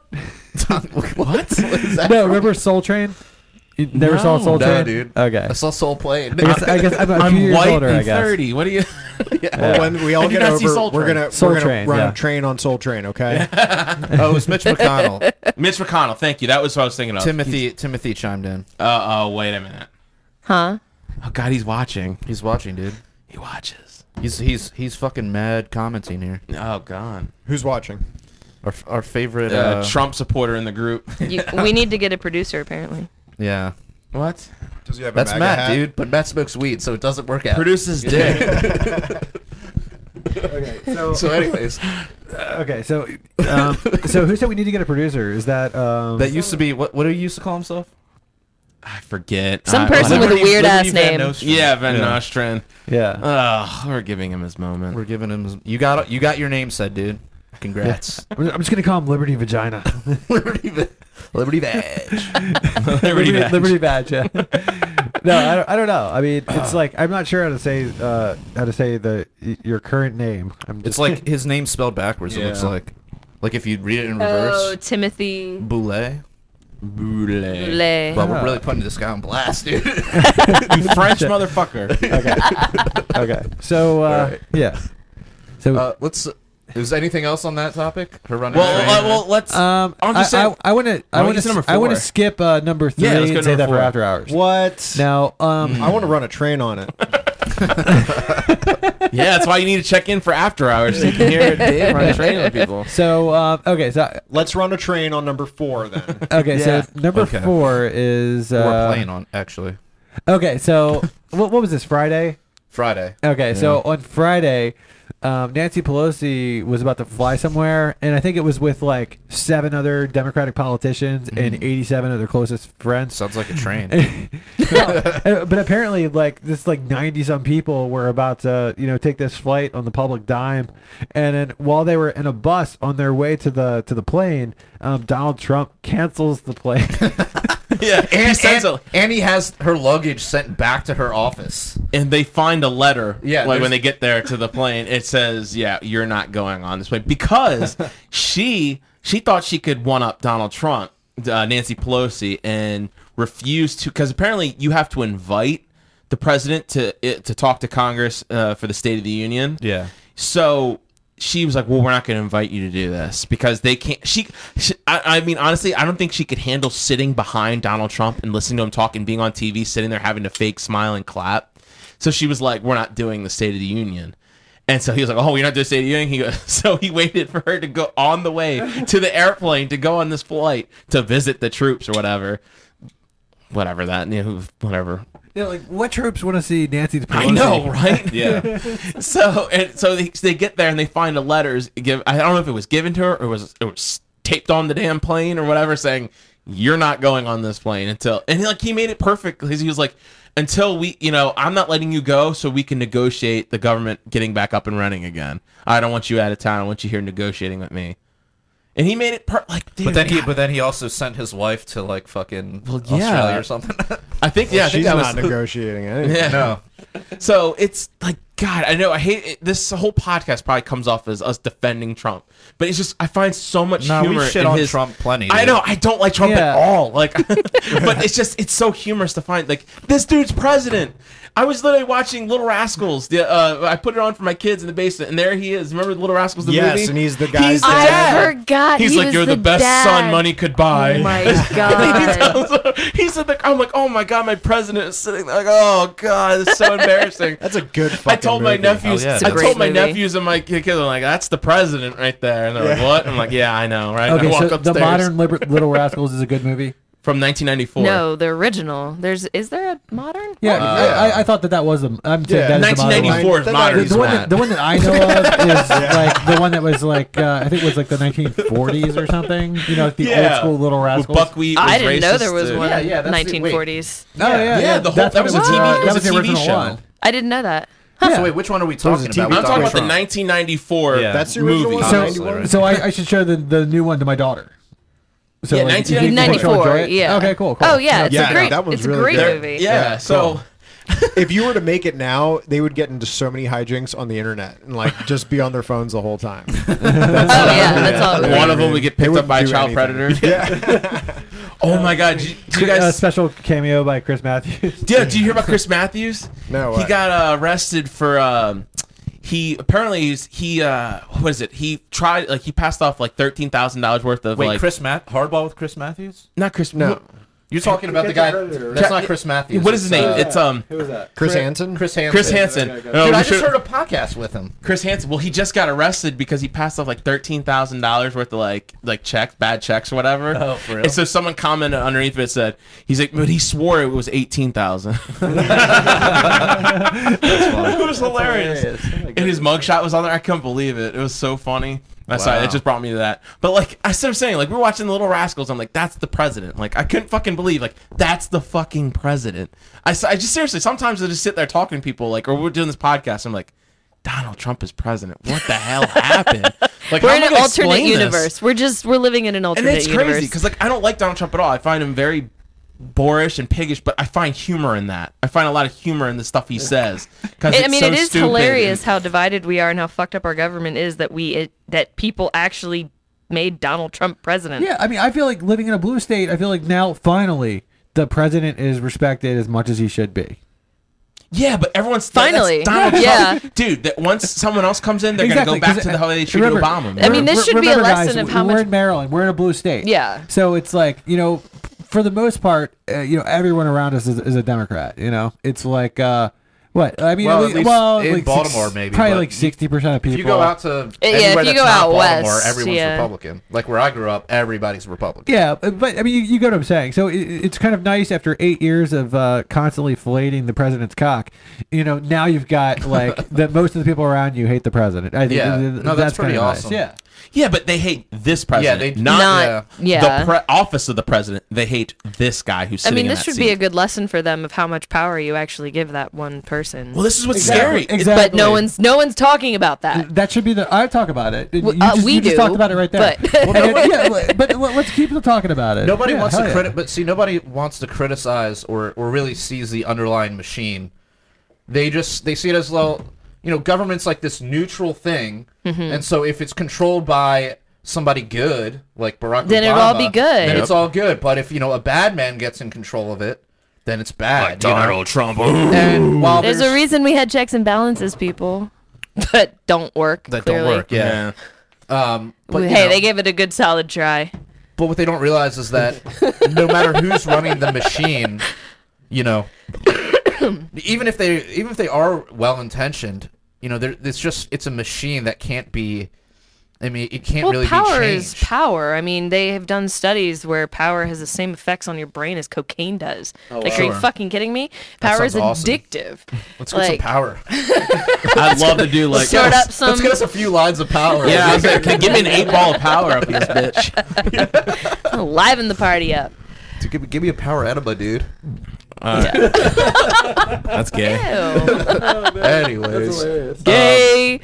[SPEAKER 2] what? Is that
[SPEAKER 1] No,
[SPEAKER 2] from?
[SPEAKER 1] remember Soul Train? You never saw Soul
[SPEAKER 2] No,
[SPEAKER 1] Train,
[SPEAKER 2] dude.
[SPEAKER 1] Okay.
[SPEAKER 2] I saw Soul playing.
[SPEAKER 1] I guess, I guess I'm a few
[SPEAKER 4] I'm
[SPEAKER 1] years
[SPEAKER 4] white
[SPEAKER 1] older.
[SPEAKER 4] and
[SPEAKER 1] I guess.
[SPEAKER 4] thirty. What do you?
[SPEAKER 3] Well, when we all
[SPEAKER 4] I did
[SPEAKER 3] get
[SPEAKER 4] not see
[SPEAKER 3] over,
[SPEAKER 4] Soul
[SPEAKER 3] we're
[SPEAKER 4] Train.
[SPEAKER 3] gonna
[SPEAKER 1] Soul
[SPEAKER 3] we're gonna
[SPEAKER 1] Train,
[SPEAKER 3] run
[SPEAKER 1] yeah.
[SPEAKER 3] a train on Soul Train. Okay.
[SPEAKER 2] oh, it was Mitch McConnell.
[SPEAKER 4] Mitch McConnell. Thank you. That was what I was thinking of.
[SPEAKER 2] Timothy Timothy chimed in.
[SPEAKER 4] Uh, oh, wait a minute.
[SPEAKER 5] Huh?
[SPEAKER 4] Oh God, he's watching.
[SPEAKER 2] He's watching, dude.
[SPEAKER 4] He watches.
[SPEAKER 2] He's he's he's fucking mad commenting here.
[SPEAKER 4] Oh God.
[SPEAKER 3] Who's watching?
[SPEAKER 2] Our our favorite
[SPEAKER 4] Uh,
[SPEAKER 2] uh,
[SPEAKER 4] Trump supporter in the group.
[SPEAKER 5] You, we need to get a producer apparently.
[SPEAKER 2] Yeah.
[SPEAKER 4] What?
[SPEAKER 3] Does he have
[SPEAKER 2] That's Matt, dude. But Matt smokes weed, so it doesn't work out.
[SPEAKER 4] Produces dick.
[SPEAKER 2] so, anyways,
[SPEAKER 1] Okay, so um, so who said we need to get a producer? Is that um,
[SPEAKER 2] that used to be what? What do you used to call himself?
[SPEAKER 4] I forget.
[SPEAKER 5] Some
[SPEAKER 4] I-
[SPEAKER 5] person with a
[SPEAKER 4] Liberty-
[SPEAKER 5] weird ass
[SPEAKER 2] Liberty Van
[SPEAKER 5] name.
[SPEAKER 2] Nostrum.
[SPEAKER 4] Yeah, Van Nostrand.
[SPEAKER 1] yeah?
[SPEAKER 4] Ugh, we're giving him his moment.
[SPEAKER 2] We're giving him. You got you got your name said, dude. Congrats.
[SPEAKER 1] I'm I'm just gonna call him Liberty Vagina.
[SPEAKER 2] Liberty, Va- Liberty Vag.
[SPEAKER 4] Liberty Badge.
[SPEAKER 1] Liberty Badge. Yeah. no, I don't, I don't know. I mean, it's like I'm not sure how to say uh, how to say the y- your current name. I'm just,
[SPEAKER 2] It's like his name spelled backwards. It looks
[SPEAKER 1] Yeah.
[SPEAKER 2] like, like if you read it in
[SPEAKER 5] Oh,
[SPEAKER 2] reverse,
[SPEAKER 5] Timothy
[SPEAKER 2] Boulet.
[SPEAKER 4] Boule.
[SPEAKER 5] Lay.
[SPEAKER 2] But we're really putting this guy on blast, dude.
[SPEAKER 4] You French motherfucker.
[SPEAKER 1] okay. So uh, yeah. So
[SPEAKER 2] uh, let's. Is anything else on that topic? Her running. train?
[SPEAKER 4] Well, uh, well, let's.
[SPEAKER 1] um,
[SPEAKER 4] I'm just
[SPEAKER 1] I-
[SPEAKER 4] saying-
[SPEAKER 1] I want to I
[SPEAKER 4] don't we
[SPEAKER 1] want
[SPEAKER 4] get to
[SPEAKER 1] to
[SPEAKER 4] number
[SPEAKER 1] I want to
[SPEAKER 4] four?
[SPEAKER 1] skip uh, number three
[SPEAKER 4] Yeah, let's go
[SPEAKER 1] and
[SPEAKER 4] to
[SPEAKER 1] say that
[SPEAKER 4] number
[SPEAKER 1] for
[SPEAKER 4] four. Mm.
[SPEAKER 1] after hours.
[SPEAKER 3] What?
[SPEAKER 1] Now, um,
[SPEAKER 3] I want to run a train on it.
[SPEAKER 4] yeah, that's why you need to check in for after hours so you can hear Dave run a train on people.
[SPEAKER 1] so uh, okay, so
[SPEAKER 3] Let's run a train on number four then.
[SPEAKER 1] okay, so number
[SPEAKER 2] Okay.
[SPEAKER 1] four is uh,
[SPEAKER 2] we're playing on actually
[SPEAKER 1] Okay, so what, what was this Friday?
[SPEAKER 2] Friday.
[SPEAKER 1] Okay, so on Friday, um, Nancy Pelosi was about to fly somewhere, and I think it was with like seven other Democratic politicians
[SPEAKER 4] Mm-hmm.
[SPEAKER 1] and 87 of their closest friends.
[SPEAKER 2] Sounds like a train.
[SPEAKER 1] Uh, but apparently, like this, like 90 some people were about to, you know, take this flight on the public dime, and then while they were in a bus on their way to the to the plane, um, Donald Trump cancels the plane.
[SPEAKER 4] Yeah, he
[SPEAKER 2] and,
[SPEAKER 4] sends
[SPEAKER 2] and,
[SPEAKER 4] a-
[SPEAKER 2] and he has her luggage sent back to her office.
[SPEAKER 4] and they find a letter.
[SPEAKER 2] Yeah,
[SPEAKER 4] like
[SPEAKER 2] there's-
[SPEAKER 4] when they get there to the plane, it says, "Yeah, you're not going on this plane because she she thought she could one up Donald Trump, uh, Nancy Pelosi, and refused to because apparently you have to invite the president to it, to talk to Congress uh, for the State of the Union.
[SPEAKER 2] Yeah.
[SPEAKER 4] So she was like, "Well, we're not going to invite you to do this because they can't." She, she I, I mean, honestly, I don't think she could handle sitting behind Donald Trump and listening to him talk and being on TV, sitting there having to fake smile and clap. So she was like, "We're not doing the State of the Union." And so he was like, "Oh, you're not doing the State of the Union." He goes, so he waited for her to go on the way to the airplane to go on this flight to visit the troops or whatever, whatever that, you know, whatever
[SPEAKER 1] yeah, like what troops want to see Nancy Pelosi?
[SPEAKER 4] I know, right?
[SPEAKER 6] Yeah.
[SPEAKER 4] so and so they, they get there and they find a letter is give I don't know if it was given to her or was it was taped on the damn plane or whatever saying you're not going on this plane until and like he made it perfect 'cause he was like until we you know I'm not letting you go so we can negotiate the government getting back up and running again. I don't want you out of town. I want you here negotiating with me. And he made it per- like dude,
[SPEAKER 2] But then he,
[SPEAKER 4] God.
[SPEAKER 2] but then he also sent his wife to like fucking
[SPEAKER 4] yeah.
[SPEAKER 2] Australia or something.
[SPEAKER 4] I think yeah I think
[SPEAKER 3] She's
[SPEAKER 4] that
[SPEAKER 3] not
[SPEAKER 4] was
[SPEAKER 3] negotiating anything.
[SPEAKER 4] yeah.
[SPEAKER 2] no,
[SPEAKER 4] So it's like God, I know I hate it. this whole podcast probably comes off as us defending Trump, but it's just I find so much
[SPEAKER 2] no,
[SPEAKER 4] humor
[SPEAKER 2] we shit
[SPEAKER 4] in
[SPEAKER 2] on
[SPEAKER 4] his.
[SPEAKER 2] Trump plenty.
[SPEAKER 4] I
[SPEAKER 2] dude.
[SPEAKER 4] know I don't like Trump at
[SPEAKER 1] Yeah.
[SPEAKER 4] all. Like, but it's just it's so humorous to find like this dude's president. I was literally watching Little Rascals. The uh, I put it on for my kids in the basement, and there he is. Remember Little Rascals the
[SPEAKER 3] Yes,
[SPEAKER 4] movie?
[SPEAKER 3] and he's the guy's
[SPEAKER 4] the
[SPEAKER 5] I
[SPEAKER 4] dad.
[SPEAKER 5] forgot.
[SPEAKER 4] He's
[SPEAKER 5] he
[SPEAKER 4] like
[SPEAKER 5] was
[SPEAKER 4] you're the, best
[SPEAKER 5] dad.
[SPEAKER 4] son money could buy.
[SPEAKER 5] Oh my
[SPEAKER 4] He
[SPEAKER 5] god.
[SPEAKER 4] tells her- he's at the. I'm like, oh my god, my president is sitting there. Like, oh god, it's so embarrassing.
[SPEAKER 3] That's a good fucking
[SPEAKER 4] I told my
[SPEAKER 3] movie.
[SPEAKER 4] nephews.
[SPEAKER 2] Oh, yeah. It's a
[SPEAKER 4] I
[SPEAKER 5] great
[SPEAKER 4] told my
[SPEAKER 5] movie.
[SPEAKER 4] nephews and my kids. I'm like, that's the president right there. And they're like, what? I'm like, yeah, I know, right? I
[SPEAKER 1] Okay,
[SPEAKER 4] walk
[SPEAKER 1] so the
[SPEAKER 4] upstairs
[SPEAKER 1] modern Liber- Little Rascals is a good movie.
[SPEAKER 4] from 1994.
[SPEAKER 5] No, the original. There's is there a modern?
[SPEAKER 1] Yeah,
[SPEAKER 5] one?
[SPEAKER 1] I, I- I thought that that was the. I'm saying
[SPEAKER 3] Yeah.
[SPEAKER 1] that is the modern one.
[SPEAKER 4] 1994 is
[SPEAKER 3] The- the
[SPEAKER 4] modern.
[SPEAKER 1] The,
[SPEAKER 3] He's
[SPEAKER 1] the one that, the one that I know of is like the one that was like uh, I think it was like the 1940s or something. You know, like the old
[SPEAKER 4] Yeah.
[SPEAKER 1] school Little
[SPEAKER 4] With
[SPEAKER 1] Rascals.
[SPEAKER 4] buckwheat.
[SPEAKER 5] I
[SPEAKER 4] was
[SPEAKER 5] didn't know
[SPEAKER 4] racist
[SPEAKER 5] there was
[SPEAKER 4] to-
[SPEAKER 5] one
[SPEAKER 1] Yeah,
[SPEAKER 5] in
[SPEAKER 1] yeah, that's the- wait.
[SPEAKER 5] 1940s.
[SPEAKER 1] Oh yeah, yeah,
[SPEAKER 4] Yeah, the whole-
[SPEAKER 1] that's
[SPEAKER 4] that
[SPEAKER 1] what
[SPEAKER 4] was
[SPEAKER 1] it
[SPEAKER 4] a TV
[SPEAKER 1] Uh,
[SPEAKER 4] it
[SPEAKER 1] that
[SPEAKER 4] was
[SPEAKER 1] was
[SPEAKER 4] a
[SPEAKER 1] the
[SPEAKER 4] TV
[SPEAKER 1] original
[SPEAKER 4] show.
[SPEAKER 1] one.
[SPEAKER 5] I didn't know that.
[SPEAKER 1] Yeah.
[SPEAKER 2] So wait, which one are we talking
[SPEAKER 3] was a
[SPEAKER 2] about?
[SPEAKER 3] TV
[SPEAKER 2] We're
[SPEAKER 4] I'm talking about the
[SPEAKER 2] Trump.
[SPEAKER 4] 1994.
[SPEAKER 2] Yeah.
[SPEAKER 3] That's the original
[SPEAKER 4] movie.
[SPEAKER 3] one?
[SPEAKER 1] So,
[SPEAKER 2] Obviously, right?
[SPEAKER 1] so I, I should show the the new one to my daughter. So
[SPEAKER 4] Yeah,
[SPEAKER 1] like, do you think she'll
[SPEAKER 5] 94.
[SPEAKER 1] enjoy it?
[SPEAKER 5] Yeah.
[SPEAKER 1] Okay. Cool. cool.
[SPEAKER 5] Oh yeah, it's
[SPEAKER 3] Yeah,
[SPEAKER 5] a
[SPEAKER 3] no,
[SPEAKER 5] great.
[SPEAKER 3] that one's
[SPEAKER 5] it's a
[SPEAKER 3] really
[SPEAKER 5] great
[SPEAKER 3] good.
[SPEAKER 5] movie.
[SPEAKER 4] yeah, So
[SPEAKER 3] If you were to make it now, they would get into so many hijinks on the internet and like just be on their phones the whole time.
[SPEAKER 5] Oh yeah, that's all. it was.
[SPEAKER 4] one of them would get picked up
[SPEAKER 3] wouldn't
[SPEAKER 4] by a
[SPEAKER 3] do
[SPEAKER 4] child
[SPEAKER 3] anything.
[SPEAKER 4] predator. Yeah. oh my god! Did you, did you
[SPEAKER 1] A
[SPEAKER 4] guys
[SPEAKER 1] special cameo by Chris Matthews.
[SPEAKER 4] Yeah, do you hear about Chris Matthews?
[SPEAKER 3] No,
[SPEAKER 4] He
[SPEAKER 3] what?
[SPEAKER 4] got uh, arrested for um, he apparently he's, he uh what is it? He tried like he passed off like thirteen thousand dollars worth of
[SPEAKER 2] Wait,
[SPEAKER 4] like
[SPEAKER 2] Chris Matt Hardball with Chris Matthews?
[SPEAKER 4] not Chris
[SPEAKER 3] No.
[SPEAKER 2] You're talking about the guy? That's not Chris Matthews.
[SPEAKER 4] What is his
[SPEAKER 2] it's,
[SPEAKER 4] name?
[SPEAKER 2] uh,
[SPEAKER 4] it's um
[SPEAKER 1] Who was that?
[SPEAKER 3] Chris Hansen?
[SPEAKER 2] Chris Hansen.
[SPEAKER 4] Chris Hansen. No,
[SPEAKER 2] Dude,
[SPEAKER 4] we
[SPEAKER 2] I just
[SPEAKER 4] should-
[SPEAKER 2] heard a podcast with him.
[SPEAKER 4] Chris Hansen. Well, he just got arrested because he passed off like thirteen thousand dollars worth of like like checks, bad checks or whatever.
[SPEAKER 2] Oh, for real?
[SPEAKER 4] And so someone commented underneath it said he's like, but he swore it was eighteen thousand. it was hilarious.
[SPEAKER 1] Oh
[SPEAKER 4] and his mugshot was on there. I couldn't believe it. It was so funny. I saw it. It just brought me to that. But like I started saying, like we we're watching the Little Rascals. I'm like, that's the president. Like I couldn't fucking believe, like that's the fucking president. I, s- I just seriously sometimes I just sit there talking to people, like, or we're doing this podcast. I'm like, Donald Trump is president. What the hell happened? Like how
[SPEAKER 5] We're
[SPEAKER 4] am
[SPEAKER 5] in
[SPEAKER 4] I
[SPEAKER 5] an
[SPEAKER 4] gonna
[SPEAKER 5] alternate
[SPEAKER 4] explain this?
[SPEAKER 5] universe. We're just we're living in an alternate
[SPEAKER 4] And it's crazy
[SPEAKER 5] universe.
[SPEAKER 4] because like I don't like Donald Trump at all. I find him very boorish and piggish, but I find humor in that. I find a lot of humor in the stuff he says. 'cause
[SPEAKER 5] I
[SPEAKER 4] it's
[SPEAKER 5] mean,
[SPEAKER 4] so
[SPEAKER 5] it is
[SPEAKER 4] stupid.
[SPEAKER 5] hilarious how divided we are and how fucked up our government is that we it, that people actually made Donald Trump president.
[SPEAKER 1] Yeah, I mean, I feel like living in a blue state. I feel like now finally the president is respected as much as he should be.
[SPEAKER 4] Yeah, but everyone's
[SPEAKER 5] Finally.
[SPEAKER 4] that's Donald
[SPEAKER 5] Yeah.
[SPEAKER 4] Trump. dude. That once someone else comes in, they're
[SPEAKER 1] Exactly,
[SPEAKER 4] gonna go back
[SPEAKER 1] 'cause,
[SPEAKER 4] to the
[SPEAKER 1] uh,
[SPEAKER 4] holiday they treated
[SPEAKER 1] remember-
[SPEAKER 4] Obama.
[SPEAKER 5] I mean,
[SPEAKER 1] Re-
[SPEAKER 5] this should be a
[SPEAKER 1] remember,
[SPEAKER 5] lesson
[SPEAKER 1] guys,
[SPEAKER 5] of how
[SPEAKER 1] we're
[SPEAKER 5] much-
[SPEAKER 1] in Maryland. We're in a blue state.
[SPEAKER 5] Yeah.
[SPEAKER 1] So it's like you know, for the most part, uh, you know, everyone around us is, is a Democrat. You know, it's like uh, what I mean. at
[SPEAKER 2] Well, at
[SPEAKER 1] lea-
[SPEAKER 2] least
[SPEAKER 1] well,
[SPEAKER 2] in
[SPEAKER 1] like
[SPEAKER 2] Baltimore,
[SPEAKER 1] six-
[SPEAKER 2] maybe,
[SPEAKER 1] probably
[SPEAKER 2] but
[SPEAKER 1] like
[SPEAKER 2] you-
[SPEAKER 1] sixty percent of people.
[SPEAKER 2] If you go out to
[SPEAKER 5] yeah, if
[SPEAKER 2] anywhere
[SPEAKER 5] you
[SPEAKER 2] that's
[SPEAKER 5] go
[SPEAKER 2] not
[SPEAKER 5] out
[SPEAKER 2] Baltimore,
[SPEAKER 5] west,
[SPEAKER 2] everyone's
[SPEAKER 5] yeah.
[SPEAKER 2] Republican. Like where I grew up, everybody's Republican.
[SPEAKER 1] Yeah, but but, I mean, you, you get what I'm saying. So it, it's kind of nice after eight years of uh, constantly filleting the president's cock. You know, now you've got like that most of the people around you hate the president. I, think
[SPEAKER 2] Yeah.
[SPEAKER 1] th- th-
[SPEAKER 2] No, that's pretty
[SPEAKER 1] kinda
[SPEAKER 2] awesome.
[SPEAKER 1] Yeah,
[SPEAKER 4] yeah, but they hate this president.
[SPEAKER 2] they-
[SPEAKER 4] not,
[SPEAKER 5] Not- yeah.
[SPEAKER 4] the pre- office of the president. They hate this guy who's
[SPEAKER 5] I
[SPEAKER 4] sitting.
[SPEAKER 5] mean,
[SPEAKER 4] in
[SPEAKER 5] this
[SPEAKER 4] that
[SPEAKER 5] should
[SPEAKER 4] seat.
[SPEAKER 5] be a good lesson for them of how much power you actually give that one person.
[SPEAKER 4] Well, this is what's scary.
[SPEAKER 1] Exactly.
[SPEAKER 5] but no one's no one's talking about that.
[SPEAKER 1] that should be the. I talk about it. You
[SPEAKER 5] Well,
[SPEAKER 1] just,
[SPEAKER 5] uh, we
[SPEAKER 1] you just
[SPEAKER 5] do,
[SPEAKER 1] talked about it right there.
[SPEAKER 5] but-
[SPEAKER 1] And it- yeah, but, but let- let's keep talking about it.
[SPEAKER 2] Nobody
[SPEAKER 1] Yeah,
[SPEAKER 2] wants
[SPEAKER 1] hell
[SPEAKER 2] to
[SPEAKER 1] yeah.
[SPEAKER 2] criti- but see, nobody wants to criticize or, or really sees the underlying machine. They just they see it as well, you know, government's like this neutral thing,
[SPEAKER 5] Mm-hmm.
[SPEAKER 2] and so if it's controlled by somebody good like Barack,
[SPEAKER 5] Then
[SPEAKER 2] Obama,
[SPEAKER 5] it'll all be good.
[SPEAKER 2] Then it's all good. But if you know a bad man gets in control of it, then it's bad. you know?
[SPEAKER 4] Trump.
[SPEAKER 2] And while
[SPEAKER 5] There's a reason we had checks and balances, people, that don't work.
[SPEAKER 2] that
[SPEAKER 5] clearly.
[SPEAKER 2] don't work. Yeah.
[SPEAKER 4] Yeah.
[SPEAKER 2] Um, but you
[SPEAKER 5] hey,
[SPEAKER 2] know-
[SPEAKER 5] they gave it a good solid try.
[SPEAKER 2] But what they don't realize is that no matter who's running the machine, you know, even if they even if they are well intentioned, you know, they're- it's just it's a machine that can't be. I mean, it can't
[SPEAKER 5] Well,
[SPEAKER 2] really
[SPEAKER 5] power
[SPEAKER 2] be
[SPEAKER 5] is
[SPEAKER 2] changed.
[SPEAKER 5] power. I mean, they have done studies where power has the same effects on your brain as cocaine does. like, are you fucking kidding me? Power
[SPEAKER 2] Oh, sounds
[SPEAKER 5] is
[SPEAKER 2] awesome.
[SPEAKER 5] addictive.
[SPEAKER 2] Let's get some
[SPEAKER 5] like,
[SPEAKER 2] power.
[SPEAKER 4] I'd love to do like.
[SPEAKER 5] sort up some.
[SPEAKER 2] Let's get us a few lines of power.
[SPEAKER 4] Yeah, I was like, give me an eight ball of power up in this bitch.
[SPEAKER 5] liven the party up.
[SPEAKER 2] Dude, give, me- give me a power enema, dude.
[SPEAKER 4] That's gay.
[SPEAKER 2] Uh,
[SPEAKER 5] Ew.
[SPEAKER 2] Anyways,
[SPEAKER 5] Gay.